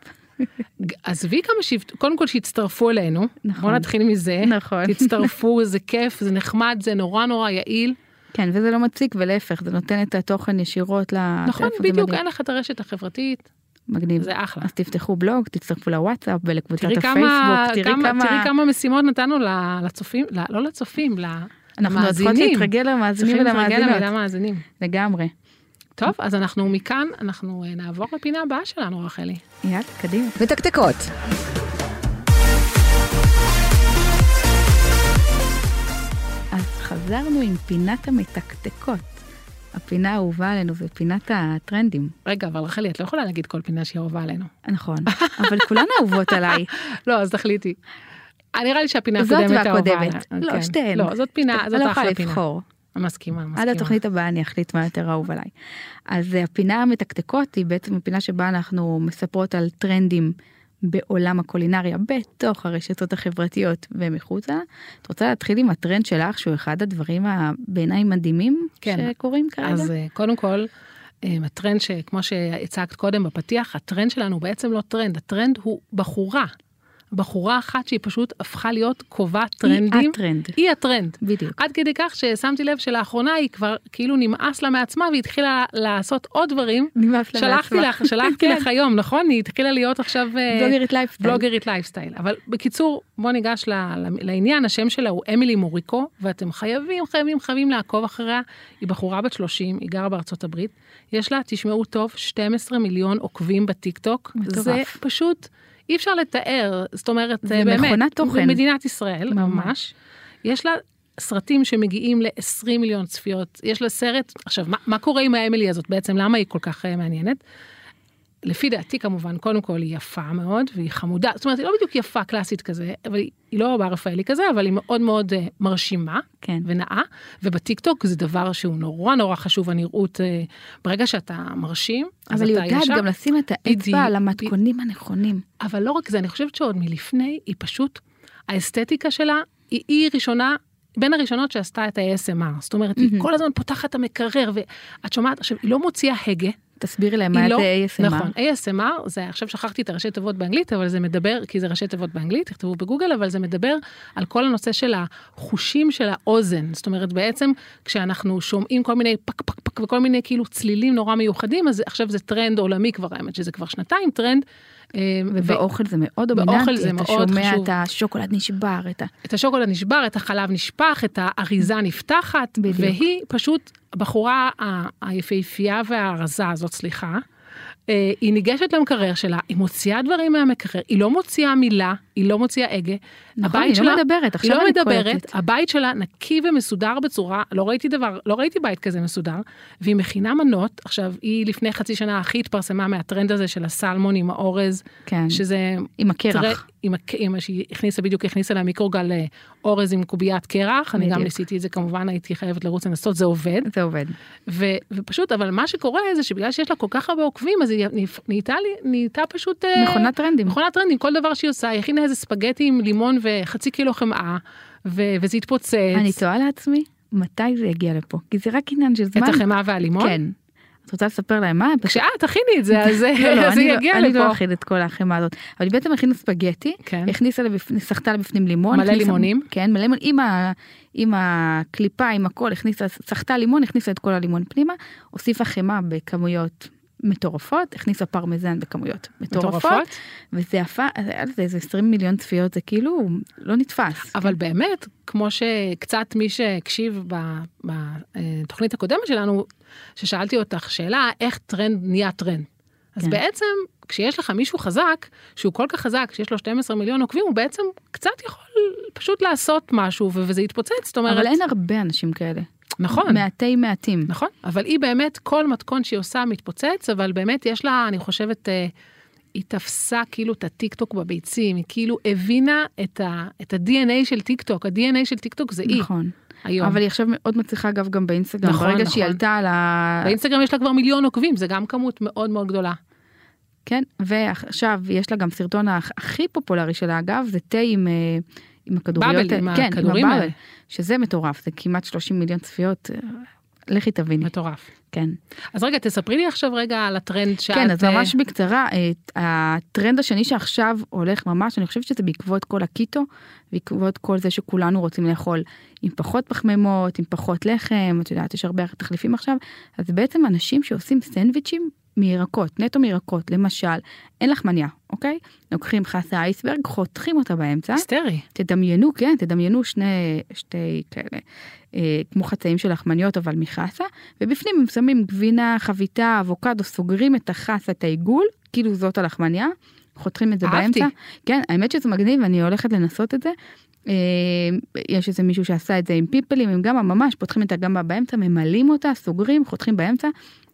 S3: ג- עזבי כמה שיפט, קודם כל שיצטרפו אלינו,
S4: נכון.
S3: בוא נתחיל מזה.
S4: נכון.
S3: תצטרפו, זה כיף, זה נחמד, זה נורא נורא יעיל.
S4: כן, וזה לא מציק, ולהפך, זה נותן את התוכן ישירות לטלפון.
S3: נכון,
S4: זה
S3: בדיוק,
S4: מדהים.
S3: אין לך את הרשת החברתית,
S4: מגניב.
S3: זה אחלה.
S4: אז תפתחו בלוג, תצטרפו לוואטסאפ ולקבוצת
S3: תראי
S4: הפייסבוק,
S3: כמה,
S4: תראי
S3: כמה,
S4: כמה...
S3: תראי כמה משימות נתנו ל- לצופים, ל- לא לצופים, ל-
S4: אנחנו עוד צריכות
S3: למאזינים.
S4: להתרגל למאזינים
S3: צריכים להתרגל
S4: ולמאזינות.
S3: למילה מאזינים.
S4: לגמרי.
S3: טוב, אז אנחנו מכאן, אנחנו אה, נעבור לפינה הבאה שלנו, רחלי.
S4: יאללה, קדימה.
S5: מתקתקות,
S4: אז חזרנו עם פינת המתקתקות. הפינה האהובה עלינו זה פינת הטרנדים.
S3: רגע, אבל רחלי, את לא יכולה להגיד כל פינה שהיא אהובה עלינו. (laughs)
S4: נכון, אבל כולן אהובות עליי.
S3: לא, אז תחליטי. אה, נראה לי שהפינה
S4: זאת
S3: הקודמת האהובה.
S4: והקודמת.
S3: עליה.
S4: לא,
S3: כן.
S4: שתיהן.
S3: לא, זאת פינה, זאת
S4: אני לא יכולה
S3: אחלה פינה.
S4: לבחור.
S3: מסכימה, מסכימה.
S4: עד התוכנית הבאה אני אחליט מה יותר אהוב עליי. אז אה, הפינה המתקתקות היא בעצם הפינה שבה אנחנו מספרות על טרנדים בעולם הקולינריה בתוך הרשתות החברתיות ומחוצה. את רוצה להתחיל עם הטרנד שלך שהוא אחד הדברים ה- בעיניי מדהימים
S3: כן.
S4: שקורים כרגע?
S3: אז אה, קודם כל, אה, הטרנד שכמו שהצגת קודם בפתיח, הטרנד שלנו הוא בעצם לא טרנד, הטרנד הוא בחורה. בחורה אחת שהיא פשוט הפכה להיות קובעת טרנדים.
S4: הטרנד.
S3: היא הטרנד.
S4: בדיוק.
S3: עד כדי כך ששמתי לב שלאחרונה היא כבר כאילו נמאס לה מעצמה והתחילה לעשות עוד דברים.
S4: נמאס לה
S3: שלחתי
S4: מעצמה.
S3: לך, שלחתי
S4: (laughs) כן.
S3: לך היום, נכון? היא התחילה להיות עכשיו... אה,
S4: בלוגרית לייפסטייל.
S3: (laughs) בלוגרית לייפסטייל. אבל בקיצור, בוא ניגש ל- ל- לעניין, השם שלה הוא אמילי מוריקו, ואתם חייבים, חייבים, חייבים לעקוב אחריה. היא בחורה בת 30, היא גרה בארצות הברית. יש לה, תשמעו טוב, 12 מיליון עוקבים בטיקטוק.
S4: מטורף.
S3: זה פשוט, אי אפשר לתאר, זאת אומרת,
S4: זה
S3: אה, באמת.
S4: מכונת תוכן.
S3: במדינת ישראל,
S4: ממש.
S3: ממש. ממש. יש לה... סרטים שמגיעים ל-20 מיליון צפיות, יש לה סרט, עכשיו, מה, מה קורה עם האמילי הזאת בעצם? למה היא כל כך אה, מעניינת? לפי דעתי כמובן, קודם כל היא יפה מאוד והיא חמודה, זאת אומרת היא לא בדיוק יפה קלאסית כזה, אבל היא היא לא בר רפאלי כזה, אבל היא מאוד מאוד אה, מרשימה
S4: כן.
S3: ונאה, ובטיקטוק זה דבר שהוא נורא נורא חשוב, הנראות, אה, ברגע שאתה מרשים, אז
S4: אבל היא
S3: אתה
S4: יודעת
S3: ישר,
S4: גם לשים את
S3: בדיוק,
S4: האצבע על
S3: ב-
S4: המתכונים הנכונים.
S3: אבל לא רק זה, אני חושבת שעוד מלפני, היא פשוט, האסתטיקה שלה היא, היא ראשונה, בין הראשונות שעשתה את ה-ASMR. זאת אומרת, mm-hmm. היא כל הזמן פותחת את המקרר, ואת שומעת, עכשיו, היא לא מוציאה הגה,
S4: תסבירי להם מה
S3: היא
S4: זה
S3: לא-
S4: ASMR.
S3: נכון, ASMR, זה, עכשיו שכחתי את הראשי תיבות באנגלית, אבל זה מדבר, כי זה ראשי תיבות באנגלית, תכתבו בגוגל, אבל זה מדבר על כל הנושא של החושים של האוזן. זאת אומרת, בעצם כשאנחנו שומעים כל מיני פק פק פק וכל מיני כאילו צלילים נורא מיוחדים, אז עכשיו זה טרנד עולמי כבר, האמת שזה כבר שנתיים טרנד. אה, ו-
S4: ובאוכל זה מאוד
S3: באוכל
S4: דומיננטי,
S3: זה
S4: אתה
S3: מאוד
S4: שומע
S3: חשוב.
S4: את השוקולד נשבר, את ה...
S3: את השוקולד נשבר, את החלב נשפך, את האריזה נפתחת,
S4: בדיוק.
S3: והיא פשוט, הבחורה ה- היפהפייה והרזה הזאת, סליחה, אה, היא ניגשת למקרר שלה, היא מוציאה דברים מהמקרר, היא לא מוציאה מילה, היא לא מוציאה הגה.
S4: נכון,
S3: הבית
S4: היא
S3: שלה-
S4: לא מדברת,
S3: היא
S4: עכשיו
S3: לא
S4: אני
S3: מדברת,
S4: קולטת.
S3: הבית שלה נקי ומסודר בצורה, לא ראיתי דבר, לא ראיתי בית כזה מסודר, והיא מכינה מנות, עכשיו, היא לפני חצי שנה הכי התפרסמה מהטרנד הזה של הסלמון עם האורז,
S4: כן,
S3: שזה
S4: עם
S3: תראה,
S4: הקרח.
S3: עם הק- עם מה שהיא הכניסה, בדיוק הכניסה למיקרוגל אה, אורז עם קוביית קרח, אני גם
S4: בדיוק.
S3: ניסיתי את זה כמובן, הייתי חייבת לרוץ לנסות, זה עובד.
S4: זה עובד.
S3: ו- ופשוט, אבל מה שקורה זה שבגלל שיש לה כל כך הרבה עוקבים, אז היא נהפ- נהייתה לי- נהייתה פשוט... אה,
S4: מכונת טרנדים.
S3: מכונת טרנדים, כל דבר שהיא עושה, היא הכינה איזה ספגטי עם לימון וחצי קילו חמאה, ו- וזה התפוצץ.
S4: אני תוהה לעצמי, מתי זה יגיע לפה? כי זה רק עניין של זמן.
S3: את החמאה והלימון?
S4: כן. את רוצה לספר להם מה?
S3: כשאת תכיני את זה, אז אה,
S4: לא, לא,
S3: (laughs) זה
S4: אני לא-
S3: יגיע
S4: אני לא
S3: לפה.
S4: אכין את כל החמאה הזאת. אבל היא בעצם הכינה ספגטי,
S3: כן.
S4: הכניסה לבפנים, סחטה לבפנים לימון.
S3: מלא
S4: הכניסה-
S3: לימונים?
S4: כן, מלא לימון. עם ה- עם הקליפה, עם הכל, הכניסה, סחטה לימון, הכניסה את כל הלימון פנימה, הוסיפה חמאה בכמויות מטורפות, הכניסה פרמזן בכמויות מטורפות,
S3: מטורפות.
S4: וזה הפך, היה לזה איזה 20 מיליון צפיות, זה כאילו לא נתפס.
S3: אבל באמת, כמו שקצת מי שהקשיב ב- בתוכנית הקודמת שלנו, ששאלתי אותך שאלה, איך טרנד נהיה טרנד? אז
S4: כן.
S3: בעצם, כשיש לך מישהו חזק, שהוא כל כך חזק, שיש לו 12 מיליון עוקבים, הוא בעצם קצת יכול פשוט לעשות משהו, ו- וזה יתפוצץ, זאת אומרת,
S4: אבל אין הרבה אנשים כאלה.
S3: נכון.
S4: מעטי מעטים.
S3: נכון, אבל היא באמת, כל מתכון שהיא עושה מתפוצץ, אבל באמת יש לה, אני חושבת, אה, היא תפסה כאילו את הטיקטוק בביצים, היא כאילו הבינה את, ה, את ה-DNA של טיקטוק, ה-DNA של טיקטוק זה היא
S4: נכון.
S3: היום.
S4: אבל היא עכשיו מאוד מצליחה אגב גם באינסטגרם,
S3: נכון,
S4: ברגע
S3: נכון.
S4: שהיא עלתה על ה...
S3: באינסטגרם יש לה כבר מיליון עוקבים, זה גם כמות מאוד מאוד גדולה.
S4: כן, ועכשיו יש לה גם סרטון הכ- הכי פופולרי שלה אגב, זה תה עם, אה, עם הכדוריות.
S3: באבל, עם
S4: כן,
S3: הכדורים
S4: עם הבאבל,
S3: האלה.
S4: שזה מטורף, זה כמעט 30 מיליון צפיות, אה, לכי תביני,
S3: מטורף.
S4: כן.
S3: אז רגע, תספרי לי עכשיו רגע על הטרנד שאת...
S4: כן, אז
S3: אה,
S4: ממש בקצרה, אה, הטרנד השני שעכשיו הולך ממש, אני חושבת שזה בעקבות כל הקיטו, בעקבות כל זה שכולנו רוצים לאכול עם פחות פחמימות, עם פחות לחם, את יודעת, יש הרבה תחליפים עכשיו, אז בעצם אנשים שעושים סנדוויצ'ים מירקות, נטו מירקות, למשל, אין לחמניה, אוקיי? לוקחים חסה אייסברג, חותכים אותה באמצע.
S3: היסטרי.
S4: תדמיינו, כן, תדמיינו שני, שתי כאלה, אה, כמו חצאים של לחמניות, אבל מחסה, ובפנים הם שמים גבינה, חביתה, אבוקדו, סוגרים את החסה, את העיגול, כאילו זאת הלחמניה, חותכים את זה
S3: אהבתי.
S4: באמצע. כן, האמת שזה מגניב, אני הולכת לנסות את זה. אה, יש איזה מישהו שעשה את זה עם פיפלים, הם גם ממש פותחים את הגמבה באמצע, ממלאים אותה, סוגרים, חותכים באמצע.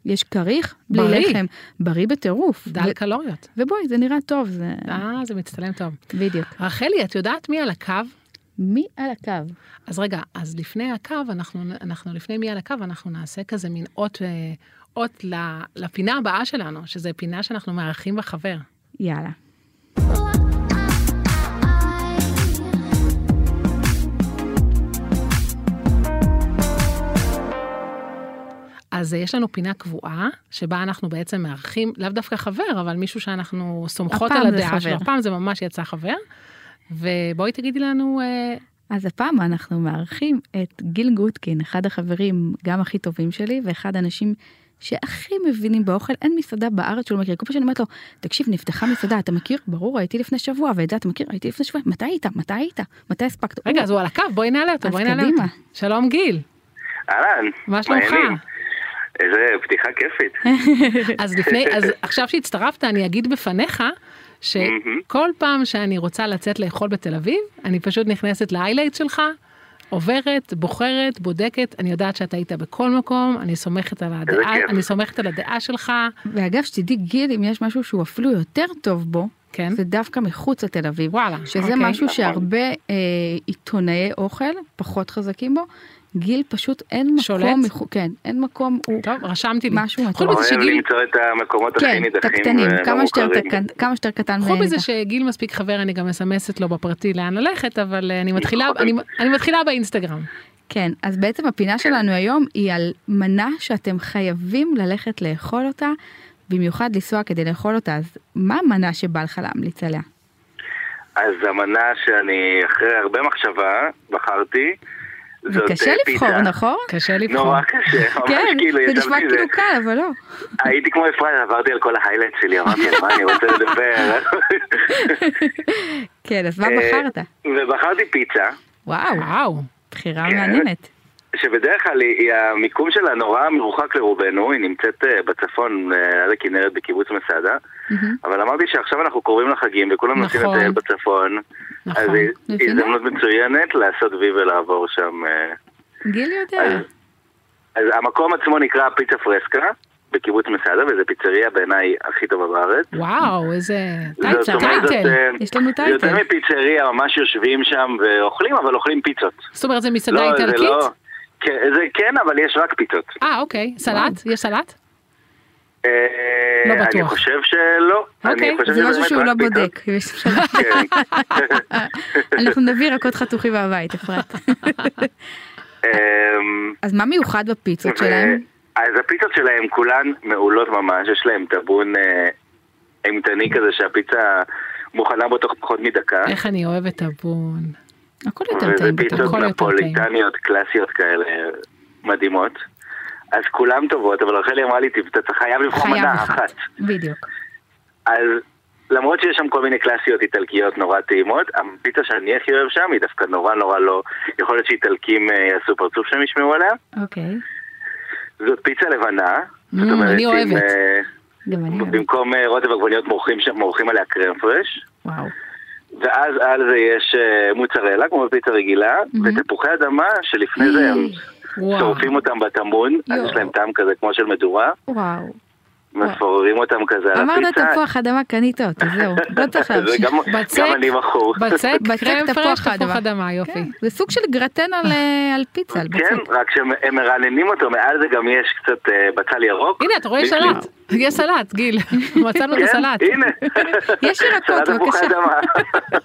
S4: יש כריך, בלי
S3: בריא.
S4: לחם, בריא בטירוף.
S3: דל
S4: ו-
S3: קלוריות.
S4: ובואי, זה נראה טוב, זה...
S3: אה, זה מצטלם טוב.
S4: בדיוק.
S3: רחלי, את יודעת מי על הקו?
S4: מי על הקו?
S3: אז רגע, אז לפני הקו, אנחנו, אנחנו לפני מי על הקו, אנחנו נעשה כזה מין אות, אה, אות ל- לפינה הבאה שלנו, שזו פינה שאנחנו מארחים בחבר.
S4: יאללה.
S3: אז אה, יש לנו פינה קבועה, שבה אנחנו בעצם מארחים, לאו דווקא חבר, אבל מישהו שאנחנו סומכות
S4: הפעם
S3: על
S4: זה
S3: הדעה
S4: חבר.
S3: שלו. הפעם זה ממש יצא חבר. ובואי תגידי לנו, אה,
S4: אז הפעם אנחנו מארחים את גיל גוטקין, אחד החברים גם הכי טובים שלי, ואחד האנשים שהכי מבינים באוכל, אין מסעדה בארץ שהוא לא מכיר. כל פעם שאני אומרת לו, תקשיב, נפתחה מסעדה, אתה מכיר? ברור, הייתי לפני שבוע, ואת זה אתה מכיר? הייתי לפני שבוע, מתי היית? מתי היית? מתי הספקת?
S3: רגע,
S4: הוא-
S3: אז הוא על הקו, בואי נעלה אותו,
S4: אז
S3: בואי נעלה
S4: קדימה.
S3: אותו. שלום גיל,
S1: אהלן,
S3: מה שלומך?
S1: מעניינים. איזה פתיחה כיפית.
S3: אז לפני, אז עכשיו שהצטרפת, אני אגיד בפניך,
S4: אה,
S3: שכל פעם שאני רוצה לצאת לאכול בתל אביב, אני פשוט נכנסת להיילייט שלך, עוברת, בוחרת, בודקת, אני יודעת שאתה היית בכל מקום, אני סומכת על הדעה,
S1: כיף.
S3: אני סומכת על הדעה שלך,
S4: ואגב, שתדעי, גיל, אם יש משהו שהוא אפילו יותר טוב בו,
S3: כן?
S4: זה דווקא מחוץ לתל אביב.
S3: וואלה,
S4: שזה
S3: אוקיי.
S4: משהו
S1: נכון.
S4: שהרבה אה, עיתונאי אוכל פחות חזקים בו. גיל פשוט אין מקום,
S3: שולט?
S4: מחו- כן, אין מקום, הוא
S3: טוב, רשמתי לי.
S4: משהו
S3: חוץ
S4: מטורף.
S3: מזה
S1: אוהב
S3: שגיל,
S1: למצוא את המקומות הכי
S4: כן, את
S1: נידחים
S4: הקטנים, כמה יותר
S1: ומוכרים.
S4: קטן- כמה שיותר קטן.
S3: חוץ מזה
S4: ניקח.
S3: שגיל מספיק חבר, אני גם מסמסת לו בפרטי לאן ללכת, אבל אה, אני מתחילה,
S1: נכון.
S3: אני- אני מתחילה באינסטגרם.
S4: כן, אז בעצם הפינה שלנו היום היא על מנה שאתם חייבים ללכת לאכול אותה, במיוחד לנסוע כדי לאכול אותה, אז מה המנה שבא לך להמליץ עליה?
S1: אז המנה שאני, אחרי הרבה מחשבה, בחרתי,
S4: זה
S1: זאת
S4: קשה
S1: אה,
S4: לבחור,
S1: פיתה.
S4: נכון?
S3: קשה לבחור.
S4: (laughs)
S1: נורא קשה, ממש
S4: כן,
S1: כאילו,
S4: זה נשמע
S1: ישבתי
S4: כאילו קל, אבל לא.
S1: הייתי כמו אפרת, עברתי על כל ההיילייט שלי, אמרתי, על מה אני
S4: (laughs)
S1: רוצה לדבר? (laughs)
S4: כן, אז מה
S1: אה,
S4: בחרת?
S1: ובחרתי פיצה,
S4: וואו,
S3: וואו.
S4: בחירה
S1: כן.
S4: מעניינת.
S1: שבדרך כלל היא, היא- המיקום שלה נורא מרוחק לרובנו, היא נמצאת אה, בצפון, אה, על הכנרת, בקיבוץ מסעדה,
S4: מהמם.
S1: אבל אמרתי שעכשיו אנחנו קרובים לחגים וכולם נוסעים
S3: נכון.
S1: לטייל בצפון,
S3: נכון.
S1: אז היא- היא
S4: מבינה.
S1: הזדמנות מצוינת לעשות וי ולעבור שם. אה,
S4: גיל יודע.
S1: אז- אז המקום עצמו נקרא פיצה פרסקה, בקיבוץ מסעדה, וזו פיצריה בעיניי הכי טובה בארץ.
S3: וואו, איזה
S1: זאת
S3: טייטל,
S1: אומרת,
S3: טייטל.
S1: אה,
S4: יש לנו
S1: זה יותר
S4: טייטל.
S1: מפיצריה, ממש יושבים שם ואוכלים, אבל אוכלים פיצות.
S3: זאת אומרת, זה מסעדה
S1: לא, זה לא-
S3: איטלקית?
S1: כן, זה כן, אבל יש רק פיצות.
S3: אה, אוקיי. סלט? יש סלט?
S1: אה,
S3: לא בטוח.
S1: אני חושב שלא.
S4: אוקיי,
S1: אני חושב
S4: זה
S1: שזה
S4: משהו
S1: באמת
S4: שהוא
S1: רק
S4: לא
S1: פיתות.
S4: בודק.
S1: כן.
S4: אנחנו נביא ירקות חתוכים מהבית,
S1: (laughs)
S4: אפרת.
S1: אמ,
S4: אז מה מיוחד בפיצות
S1: ו-
S4: שלהם?
S1: אז הפיצות שלהם כולן מעולות ממש, יש להם טאבון אה, אימתני כזה שהפיצה מוכנה בו תוך פחות מדקה.
S3: איך אני אוהבת הבון.
S4: הכל יותר
S1: וזה
S4: טעים בתור.
S1: פיצות
S3: הכל יותר
S1: נפוליטניות קלאסיות כאלה מדהימות. אז כולם טובות, אבל רחלי אמרה לי, "תב- אתה חייב לבחור
S4: חייב
S1: מנה
S4: אחת.
S1: אחת.
S4: בדיוק.
S1: אז למרות שיש שם כל מיני קלאסיות איטלקיות נורא טעימות, הפיצה שאני הכי אוהב שם היא דווקא נורא נורא לא... יכול להיות שאיטלקים אה, יעשו פרצוף שהם ישמעו עליה.
S4: אוקיי.
S1: זאת פיצה לבנה.
S3: Mm,
S1: זאת אומרת,
S3: אני
S1: עם,
S3: אוהבת.
S1: אה,
S4: גם אני אוהבת.
S1: במקום אה, רוטב עגבניות מורחים שם, מורחים עליה קרם פרש,
S4: וואו.
S1: ואז על זה יש אה, מוצרלה, כמו בפיצה רגילה, ותפוחי אדמה שלפני זה הם
S4: אה,
S3: וואו.
S1: שורפים אותם בטמון, אז
S4: יואו.
S1: יש להם טעם כזה כמו של מדורה,
S4: וואו.
S1: מפוררים אותם כזה על
S4: אמרת
S1: הפיצה.
S4: תפוח אדמה, קנית אותי,
S1: (laughs)
S4: זהו. לא צריך
S1: זה
S4: להמשיך.
S1: גם-
S3: בצק,
S1: גם אני מכור.
S3: בצק,
S4: בצק,
S3: קרם
S4: תפוח
S3: פרש,
S4: אדמה.
S3: תפוח אדמה, יופי.
S4: כן, זה סוג של גרטן על אה, על פיצה, על
S1: (laughs) כן,
S4: בצק.
S1: רק שהם הם מרעננים אותו, מעל זה גם יש קצת אה, בצל ירוק.
S3: הנה, אתה רואה יש
S1: בפנים.
S3: סלט. יש סלט,
S4: (laughs)
S3: גיל. (laughs) מצאנו את
S1: כן,
S3: הסלט.
S1: הנה.
S4: יש
S1: (laughs)
S4: ירקות,
S1: סלט תפוחי
S4: בבקשה.
S1: אדמה.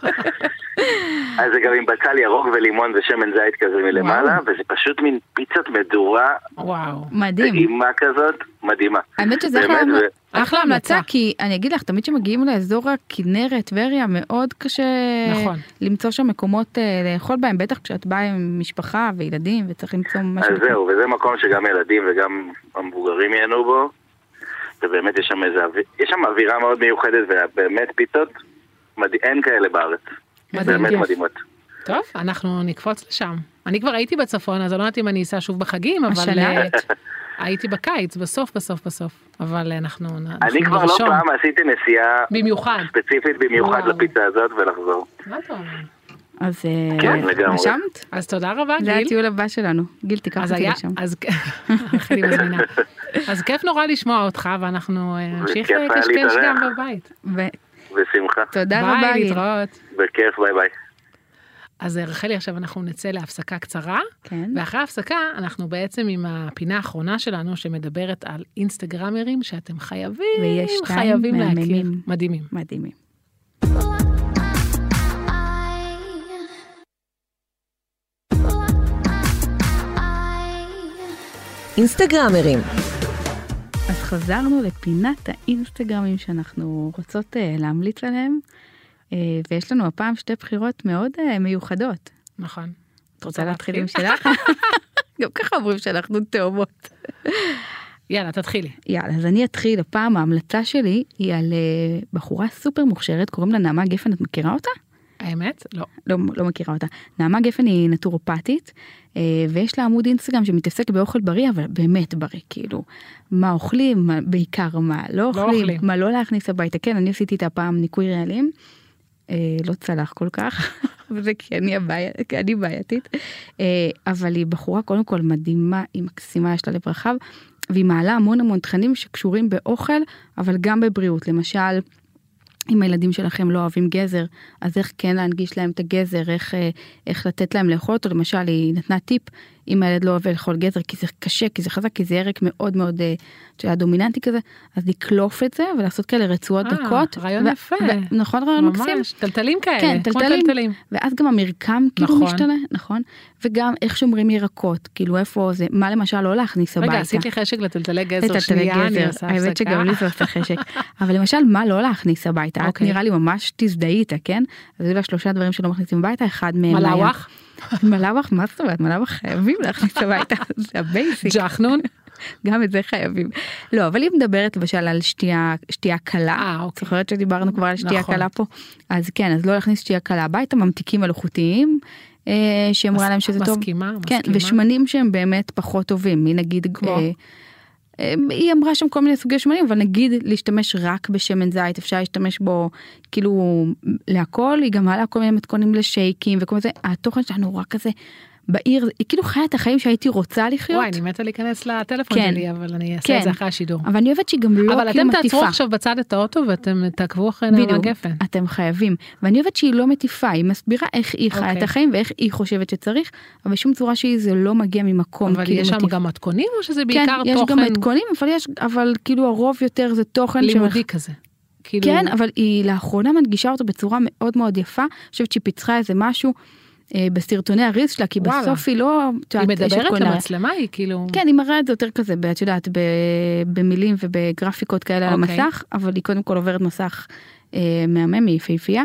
S1: אז זה גם עם בצל ירוק ולימון ושמן זית כזה מלמעלה, וזה פשוט מין פיצת מדורה
S3: וואו.
S4: מדהים.
S1: טעימה כזאת, מדהימה.
S4: האמת שזה אחלה
S1: באמת,
S4: המ-
S1: ו-
S4: אחלה המלצה,
S3: המלצה.
S4: כי אני אגיד לך, תמיד כשמגיעים לאזור הכנרת, טבריה, מאוד קשה
S3: נכון.
S4: למצוא שם מקומות אה, לאכול בהם, בטח כשאת באה עם משפחה וילדים וצריך למצוא משהו.
S1: אז זהו, וזה מקום שגם ילדים וגם המבוגרים ייהנו בו. ובאמת יש שם איזה אוויר, יש שם אווירה מאוד מיוחדת, ובאמת פיצות, מד... אין כאלה בארץ.
S3: מדהים,
S1: באמת
S3: כיף.
S1: מדהימות.
S3: טוב, אנחנו נקפוץ לשם. אני כבר הייתי בצפון, אז אני לא יודעת אם אני אסע שוב בחגים, אבל...
S4: השנה?
S3: אה, הייתי בקיץ, בסוף, בסוף, בסוף. אבל אה, אנחנו נ-
S1: אני
S3: אנחנו
S1: כבר לא
S3: נרשום.
S1: פעם עשיתי נסיעה
S3: במיוחד.
S1: ספציפית במיוחד
S3: וואו.
S1: לפיצה הזאת ולחזור.
S3: מה אתה אומר?
S4: אז אה,
S1: כן,
S4: וואי,
S1: לגמרי.
S4: רשמת?
S3: אז תודה רבה,
S4: זה
S3: גיל.
S4: הטיול הבא שלנו. גיל, תיקח
S3: אז
S4: אותי
S3: היה,
S4: לשם.
S3: אז (laughs) הכי מזמינה. אז כיף נורא לשמוע אותך, ואנחנו אה, נמשיך
S1: וכיף היה
S3: לקשקש
S1: להתארח.
S3: גם בבית.
S4: ו-
S1: בשמחה.
S4: תודה רבה,
S3: ביי,
S4: גיל.
S3: להתראות.
S1: בכיף, ביי ביי.
S3: אז אה, רחלי, עכשיו אנחנו נצא להפסקה קצרה,
S4: כן.
S3: ואחרי ההפסקה אנחנו בעצם עם הפינה האחרונה שלנו, שמדברת על אינסטגרמרים שאתם חייבים,
S4: ויש שתיים
S3: חייבים להכיר.
S4: מהממים.
S3: מדהימים.
S4: מדהימים.
S5: אינסטגרמרים,
S4: אז חזרנו לפינת האינסטגרמים שאנחנו רוצות אה, להמליץ עליהם, אה, ויש לנו הפעם שתי בחירות מאוד אה, מיוחדות.
S3: נכון.
S4: את רוצה להתחיל עם שלך? (laughs) גם ככה אומרים שאנחנו תאומות.
S3: יאללה, תתחילי.
S4: יאללה, אז אני אתחיל. הפעם ההמלצה שלי היא על אה, בחורה סופר מוכשרת, קוראים לה נעמה גפן, את מכירה אותה?
S3: האמת? לא.
S4: לא, לא מכירה אותה. נעמה גפן היא נטורופטית, אה, ויש לה עמוד אינסטגרם שמתעסק באוכל בריא, אבל באמת בריא, כאילו, מה אוכלים, מה, בעיקר מה לא אוכלים,
S3: אוכלים.
S4: מה לא להכניס הביתה. כן, אני עשיתי את הפעם ניקוי רעלים, אה, לא צלח כל כך, (laughs) וזה כי אני, הבעיה, כי אני בעייתית, אה, אבל היא בחורה קודם כל מדהימה, היא מקסימה, יש לה לב רחב, והיא מעלה המון המון תכנים שקשורים באוכל, אבל גם בבריאות, למשל, אם הילדים שלכם לא אוהבים גזר, אז איך כן להנגיש להם את הגזר, איך, אה, איך לתת להם לאכול אותו, למשל היא נתנה טיפ אם הילד לא אוהב לאכול גזר כי זה קשה, כי זה חזק, כי זה ירק מאוד מאוד, אה, את יודעת, דומיננטי כזה, אז לקלוף את זה ולעשות כאלה רצועות
S3: אה,
S4: דקות.
S3: רעיון יפה.
S4: נכון, רעיון מקסים.
S3: ממש, טלטלים כאלה,
S4: כן,
S3: כמו
S4: טלטלים.
S3: טלטלים.
S4: ואז גם המרקם כאילו
S3: נכון.
S4: משתנה, נכון? וגם איך שומרים ירקות, כאילו איפה זה, מה למשל לא להכניס הביתה.
S3: רגע, עשית לי חשק לטלטלי גזר,
S4: לטלטלי
S3: שנייה, אני
S4: גזר.
S3: עושה הפסקה.
S4: האמת שגם לי זה עושה חשק. אבל למשל, מה לא להכניס הביתה? את
S3: אוקיי.
S4: נראה לי ממש תזדהי איתה, כן? אז היו לה שלושה דברים שלא מכניסים הביתה, אחד מהם היה...
S3: מלאווח,
S4: מלאווח, מה זאת אומרת? מלאווח חייבים להכניס הביתה, (laughs) זה הבייסיק.
S3: (laughs) ג'חנון,
S4: גם את זה חייבים. לא, אבל היא מדברת למשל על שתייה, שתייה קלה.
S3: אה, אוקיי.
S4: זוכרת שדיברנו כבר על שתייה
S3: נכון.
S4: קלה פה? אז כן, אז לא להכניס שתייה קלה הביתה, ממתיקים מלאכותיים, אה, שאמרה להם שזה טוב.
S3: מסכימה,
S4: כן,
S3: מסכימה.
S4: ושמנים שהם באמת פחות טובים, היא נגיד
S3: כמו?
S4: אה, אה, היא אמרה שם כל מיני סוגי שמנים, אבל נגיד להשתמש רק בשמן זית, אפשר להשתמש בו כאילו להכל, היא גם מעלה כל מיני מתכונים לשייקים וכל מיני, זה, התוכן שלה נורא כזה בעיר, היא כאילו חיה את החיים שהייתי רוצה לחיות.
S3: וואי, אני מתה להיכנס לטלפון
S4: כן.
S3: שלי, אבל אני אעשה את
S4: כן.
S3: זה אחרי השידור.
S4: אבל אני אוהבת שהיא גם לא
S3: אבל
S4: כאילו
S3: אתם
S4: מטיפה.
S3: תעצרו עכשיו בצד את האוטו ואתם תעקבו אחרי נעמה
S4: בדיוק,
S3: גפן.
S4: אתם חייבים. ואני אוהבת שהיא לא מטיפה, היא מסבירה איך היא חיה את
S3: אוקיי.
S4: החיים ואיך היא חושבת שצריך, אבל בשום צורה שהיא זה לא מגיע ממקום
S3: אבל
S4: כאילו
S3: יש שם
S4: מטיף.
S3: גם מתכונים או שזה בעיקר
S4: כן, יש גם
S3: תוכן
S4: מתכונים, אבל יש, אבל כאילו הרוב יותר זה תוכן
S3: לימודי כזה? כאילו,
S4: כן, אבל היא לאחרונה מדגישה אותו בצורה מאוד מאוד יפה. אני חושבת שהיא פיצחה איזה משהו אה, בסרטוני הריס שלה, כי
S3: וואלה.
S4: בסוף היא לא... את
S3: היא
S4: יודעת, יש את
S3: מדברת
S4: כל ה-
S3: למצלמה, היא כאילו...
S4: כן, היא מראה את זה יותר כזה, ב- את יודעת, ב- במילים ובגרפיקות כאלה על
S3: אוקיי.
S4: המסך, אבל היא קודם כל עוברת מסך אה, מהמם, היא יפהפייה,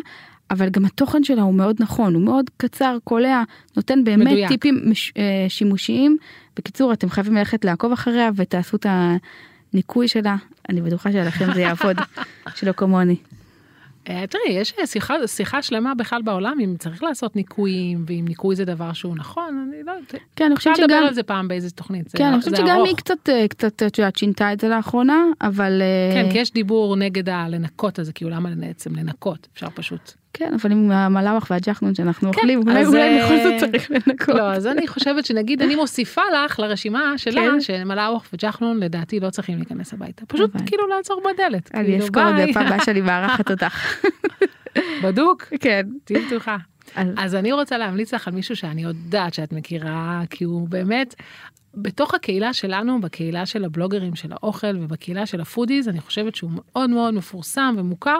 S4: אבל גם התוכן שלה הוא מאוד נכון, הוא מאוד קצר, קולע, נותן באמת
S3: מדויק.
S4: טיפים מש, אה, שימושיים. בקיצור, אתם חייבים ללכת לעקוב אחריה ותעשו את הניקוי שלה, אני בטוחה שלכם
S3: (laughs)
S4: זה יעבוד, שלא כמוני.
S3: אה, תראי, יש שיחה- שיחה שלמה בכלל בעולם אם צריך לעשות ניקויים, ואם ניקוי זה דבר שהוא נכון, אני לא יודעת.
S4: כן, אני
S3: אפשר
S4: חושבת
S3: לדבר
S4: שגם...
S3: על זה פעם באיזה תוכנית, זה לא-
S4: כן, אני
S3: זה
S4: חושבת שגם
S3: ארוך.
S4: היא קצת, אה, קצת, את יודעת, שינתה את זה לאחרונה, אבל... אה,
S3: כן, כי יש דיבור נגד הלנקות הזה, כאילו למה בעצם לנקות? אפשר פשוט.
S4: כן, אבל עם המלאוח והג'חנון שאנחנו אוכלים, אולי
S3: אז,
S4: אולי
S3: אה,
S4: בכל זאת צריך לנקות.
S3: לא, אז אני חושבת שנגיד אני מוסיפה לך לרשימה
S4: כן.
S3: שלה, שמלאוח וג'חנון לדעתי לא צריכים להיכנס הביתה. פשוט
S4: הבנתי.
S3: כאילו לעצור בדלת.
S4: (laughs) אני
S3: כאילו,
S4: אזכור את זה
S3: ביי. (laughs)
S4: פעם הבאה שאני מארחת אותך.
S3: בדוק,
S4: כן.
S3: תהיי בטוחה.
S4: אז-
S3: אז אני רוצה להמליץ לך על מישהו שאני יודעת שאת מכירה, כי הוא באמת, בתוך הקהילה שלנו, בקהילה של הבלוגרים של האוכל ובקהילה של הפודיז, אני חושבת שהוא מאוד מאוד מפורסם ומוכר.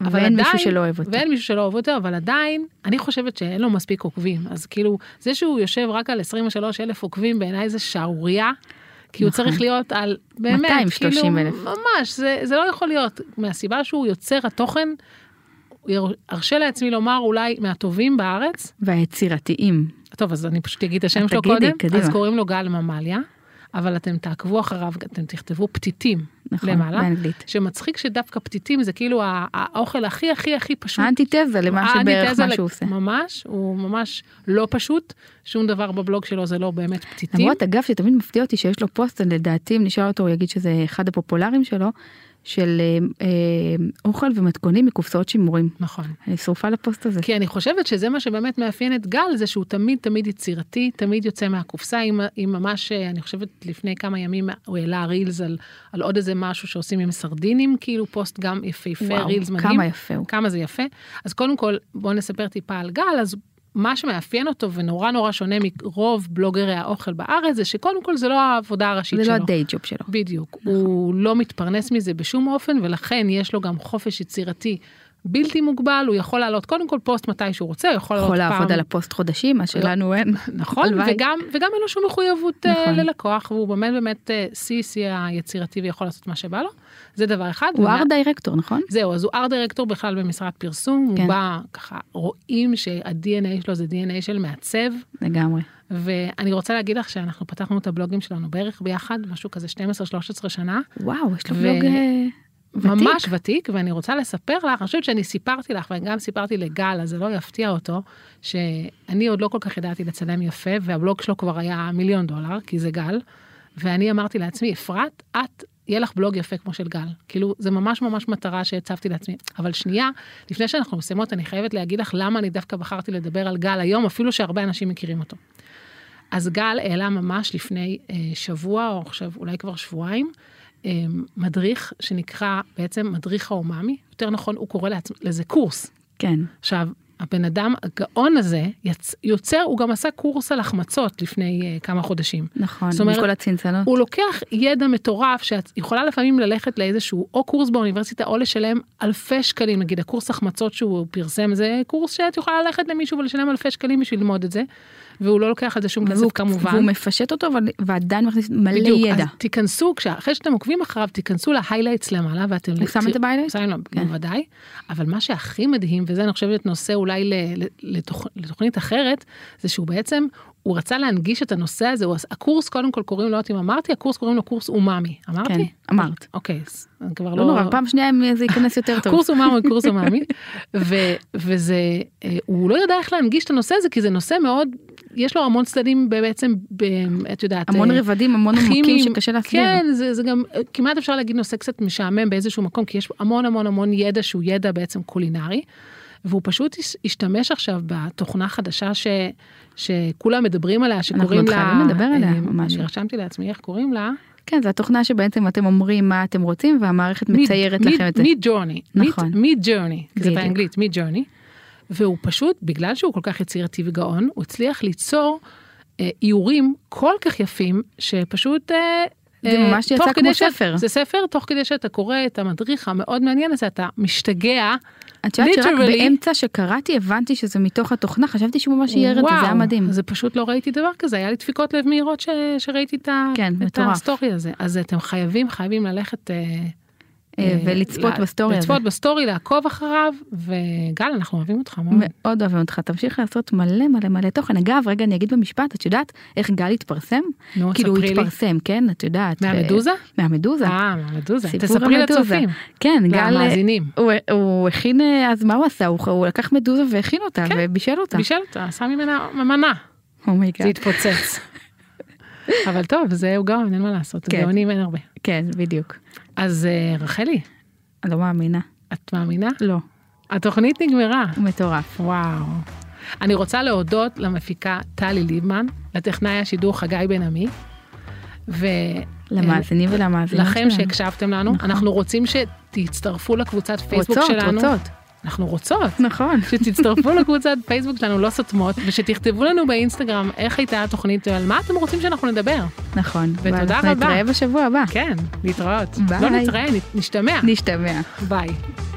S3: אבל
S4: ואין מישהו
S3: עדיין-
S4: שלא אוהב אותו.
S3: ואין מישהו שלא אוהב אותו, אבל עדיין, אני חושבת שאין לו מספיק עוקבים. אז כאילו, זה שהוא יושב רק על 23 אלף עוקבים, בעיניי זה שערורייה. כי הוא
S4: נכון.
S3: צריך להיות על, באמת,
S4: 230,000.
S3: כאילו, ממש, זה, זה לא יכול להיות. מהסיבה שהוא יוצר התוכן, יר- ארשה לעצמי לומר אולי מהטובים בארץ.
S4: והיצירתיים.
S3: טוב, אז אני פשוט אגיד את השם
S4: את
S3: שלו
S4: אה, תגידי,
S3: קודם.
S4: קדימה.
S3: אז קוראים לו גל ממליה, אבל אתם תעקבו אחריו, אתם תכתבו פתיתים
S4: נכון,
S3: למעלה.
S4: באנגלית.
S3: שמצחיק שדווקא פתיתים זה כאילו ה- האוכל הכי הכי הכי פשוט.
S4: האנטיתזה למה שבערך
S3: האנטיתזה
S4: מה
S3: אה, ל-
S4: שהוא עושה.
S3: ממש, הוא ממש לא פשוט, שום דבר בבלוג שלו זה לא באמת פתיתים.
S4: למרות אגב שתמיד מפתיע אותי שיש לו פוסט, אני לדעתי אם נשאל אותו הוא יגיד שזה אחד הפופולריים שלו, של אה, אה, אוכל ומתכונים מקופסאות שימורים.
S3: נכון.
S4: אני שרופה לפוסט הזה.
S3: כי אני חושבת שזה מה שבאמת מאפיין את גל, זה שהוא תמיד תמיד יצירתי, תמיד יוצא מהקופסה, עם, עם ממש, אה, אני חושבת לפני כמה ימים הוא העלה רילס על, על עוד איזה משהו שעושים עם סרדינים, כאילו פוסט גם יפהפה,
S4: וואו,
S3: אה, רילס מדהים.
S4: כמה יפה הוא.
S3: כמה זה יפה. אז קודם כל, בואו נספר טיפה על גל, אז מה שמאפיין אותו ונורא נורא שונה מרוב בלוגרי האוכל בארץ, זה שקודם כל זה לא העבודה הראשית
S4: זה
S3: שלו.
S4: לא הדיי ג'וב שלו.
S3: בדיוק. הוא לא מתפרנס מזה בשום אופן, ולכן יש לו גם חופש יצירתי בלתי מוגבל, הוא יכול לעלות קודם כל פוסט מתי שהוא רוצה, הוא יכול לעלות
S4: יכול
S3: פעם.
S4: לעבוד על הפוסט חודשים, מה שלנו אין.
S3: (laughs) נכון,
S4: הלוואי.
S3: וגם, וגם אין לו שום מחויבות נכון.
S4: נכון.
S3: ללקוח, והוא באמת באמת אה, שיא שיא היצירתי ויכול לעשות מה שבא לו. זה דבר אחד.
S4: הוא
S3: ומה-
S4: ארט דירקטור, נכון?
S3: זהו, אז הוא ארט דירקטור בכלל במשרד פרסום,
S4: כן.
S3: הוא בא ככה, רואים שה-DNA שלו זה DNA של מעצב,
S4: לגמרי.
S3: ואני רוצה להגיד לך שאנחנו פתחנו את הבלוגים שלנו בערך ביחד, משהו כזה 12-13 שנה.
S4: וואו, יש לו
S3: ו-
S4: בלוג אה, ותיק.
S3: ממש ותיק, ואני רוצה לספר לך, אני חושבת שאני סיפרתי לך, וגם סיפרתי לגל, אז זה לא יפתיע אותו, שאני עוד לא כל כך ידעתי לצלם יפה, והבלוג שלו כבר היה מיליון דולר, כי זה גל, ואני אמרתי לעצמי, אפרת, את, יהיה לך בלוג יפה כמו של גל. כאילו, זה ממש ממש מטרה שהצבתי לעצמי. אבל שנייה, לפני שאנחנו מסיימות, אני חייבת להגיד לך למה אני דווקא בחרתי לדבר על גל היום, אפילו שהרבה אנשים מכירים אותו. אז גל העלה ממש לפני אה, שבוע, או עכשיו אולי כבר שבועיים, אה, מדריך שנקרא בעצם מדריך האומאמי, יותר נכון, הוא קורא לעצמו, לזה קורס.
S4: כן.
S3: עכשיו, הבן אדם הגאון הזה יצ... יוצר, הוא גם עשה קורס על החמצות לפני uh, כמה חודשים.
S4: נכון,
S3: זאת אומרת,
S4: מכל הצנצנות.
S3: הוא לוקח ידע מטורף שאת יכולה לפעמים ללכת לאיזשהו או קורס באוניברסיטה או לשלם אלפי שקלים, נגיד הקורס החמצות שהוא פרסם זה קורס שאת יכולה ללכת למישהו ולשלם אלפי שקלים בשביל ללמוד את זה, והוא לא לוקח על זה שום כסף
S4: והוא-
S3: כמובן.
S4: והוא מפשט אותו, אבל- ועדיין מכניס מלא
S3: בדיוק,
S4: ידע.
S3: אז תיכנסו, כשה- אחרי שאתם עוקבים אחריו, תיכנסו להיילייטס למעלה ואתם...
S4: הוא שם את ה-highlights?
S3: שם לו,
S4: כן.
S3: בוודאי. אבל מה שהכי מדהים, וזה אני חושבת נושא אולי ל- ל- לתוכ- לתוכנית אחרת, זה שהוא בעצם, הוא רצה להנגיש את הנושא הזה, הוא עש- הקורס קודם כל קוראים לו, לא יודעת אם אמרתי, הקורס קוראים לו קורס אומאמי. אמרתי?
S4: כן, אמרת.
S3: אוקיי, אז אני כבר
S4: לא נורא, פעם שנייה אם זה ייכנס יותר טוב.
S3: קורס אומאמי,
S4: (laughs)
S3: קורס אומאמי, ו- וזה, אה, הוא לא ידע איך להנגיש את הנושא הזה, כי זה נושא מאוד, יש לו המון צדדים בעצם, ב- את יודעת,
S4: המון
S3: אה,
S4: רבדים, המון עומקים
S3: כימיים.
S4: שקשה להסביר.
S3: כן, זה, זה גם, אה, כמעט אפשר להגיד נושא קצת משעמם באיזשהו מקום, כי יש המון המון המון ידע שהוא ידע בעצם קולינרי, והוא פשוט הש- השתמש עכשיו בתוכנה חדשה ש, שכולם מדברים עליה, שקוראים לה...
S4: חייבים לדבר עליה,
S3: אה,
S4: ממש.
S3: אני רשמתי לעצמי איך קוראים לה.
S4: כן, זו התוכנה שבעצם אתם אומרים מה אתם רוצים, והמערכת מציירת לכם את זה.
S3: מיד ג'ורני.
S4: נכון.
S3: מיד ג'ורני, זה
S4: בדיוק.
S3: באנגלית, מיד ג'ורני. והוא פשוט, בגלל שהוא כל כך יצירתי וגאון, הוא הצליח ליצור אה, איורים כל כך יפים, שפשוט... אה,
S4: זה
S3: אה,
S4: ממש יצא
S3: תוך
S4: כמו
S3: כדי שאת-
S4: ספר.
S3: זה ספר, תוך כדי שאתה קורא את המדריך המאוד מעניין הזה, אתה משתגע.
S4: את יודעת שרק
S3: literally-
S4: באמצע שקראתי הבנתי שזה מתוך התוכנה, חשבתי שהוא ממש יאיר את זה, זה היה
S3: וואו,
S4: מדהים.
S3: זה פשוט לא ראיתי דבר כזה, היה לי דפיקות לב מהירות ש... שראיתי את, ה...
S4: כן,
S3: את
S4: מטורף.
S3: הסטורי הזה. אז אתם חייבים, חייבים ללכת... אה,
S4: אה,
S3: אה,
S4: ולצפות
S3: ל-
S4: בסטורי הזה.
S3: לצפות בסטורי, לעקוב אחריו, וגל, אנחנו אוהבים אותך מאוד.
S4: מאוד אוהבים אותך, תמשיך לעשות מלא מלא מלא תוכן. אגב, רגע, אני אגיד במשפט, את יודעת איך גל התפרסם?
S3: נו,
S4: כאילו, הוא
S3: ספרי לי.
S4: התפרסם, כן, את יודעת.
S3: מהמדוזה?
S4: ו- מהמדוזה.
S3: אה, מהמדוזה.
S4: סיפור
S3: תספרי
S4: המדוזה.
S3: לצופים.
S4: כן, גל...
S3: למאזינים.
S4: הוא, הוא הכין, אה, אז מה הוא עשה? הוא, הוא לקח מדוזה והכין אותה,
S3: כן.
S4: ובישל אותה. Oh
S3: בישל אותה, עשה ממנה מנה,
S4: אומייגאד.
S3: זה התפוצץ.
S4: (laughs)
S3: אבל טוב, זה הוא גאון, אין מה לעשות,
S4: כן.
S3: גאונים אין הרבה.
S4: כן, בדיוק.
S3: אז אה, רחלי,
S4: אני לא מאמינה.
S3: את מאמינה?
S4: לא.
S3: התוכנית נגמרה.
S4: מטורף.
S3: וואו. אני רוצה להודות למפיקה טלי ליבמן, לטכנאי השידור חגי בן עמי, ו...
S4: למאזינים ולמאזינות
S3: לכם
S4: שלנו.
S3: שהקשבתם לנו,
S4: נכון.
S3: אנחנו רוצים שתצטרפו לקבוצת פייסבוק
S4: רוצות,
S3: שלנו.
S4: רוצות.
S3: אנחנו
S4: (laughs)
S3: רוצות.
S4: נכון.
S3: שתצטרפו לקבוצת פייסבוק שלנו לא סותמות, ושתכתבו לנו באינסטגרם איך הייתה התוכנית ועל מה אתם רוצים שאנחנו נדבר.
S4: נכון.
S3: ותודה
S4: ואנחנו
S3: רבה.
S4: נתראה בשבוע הבא.
S3: כן, להתראות.
S4: ביי.
S3: לא נתראה, נ- נשתמע.
S4: נשתמע.
S3: ביי.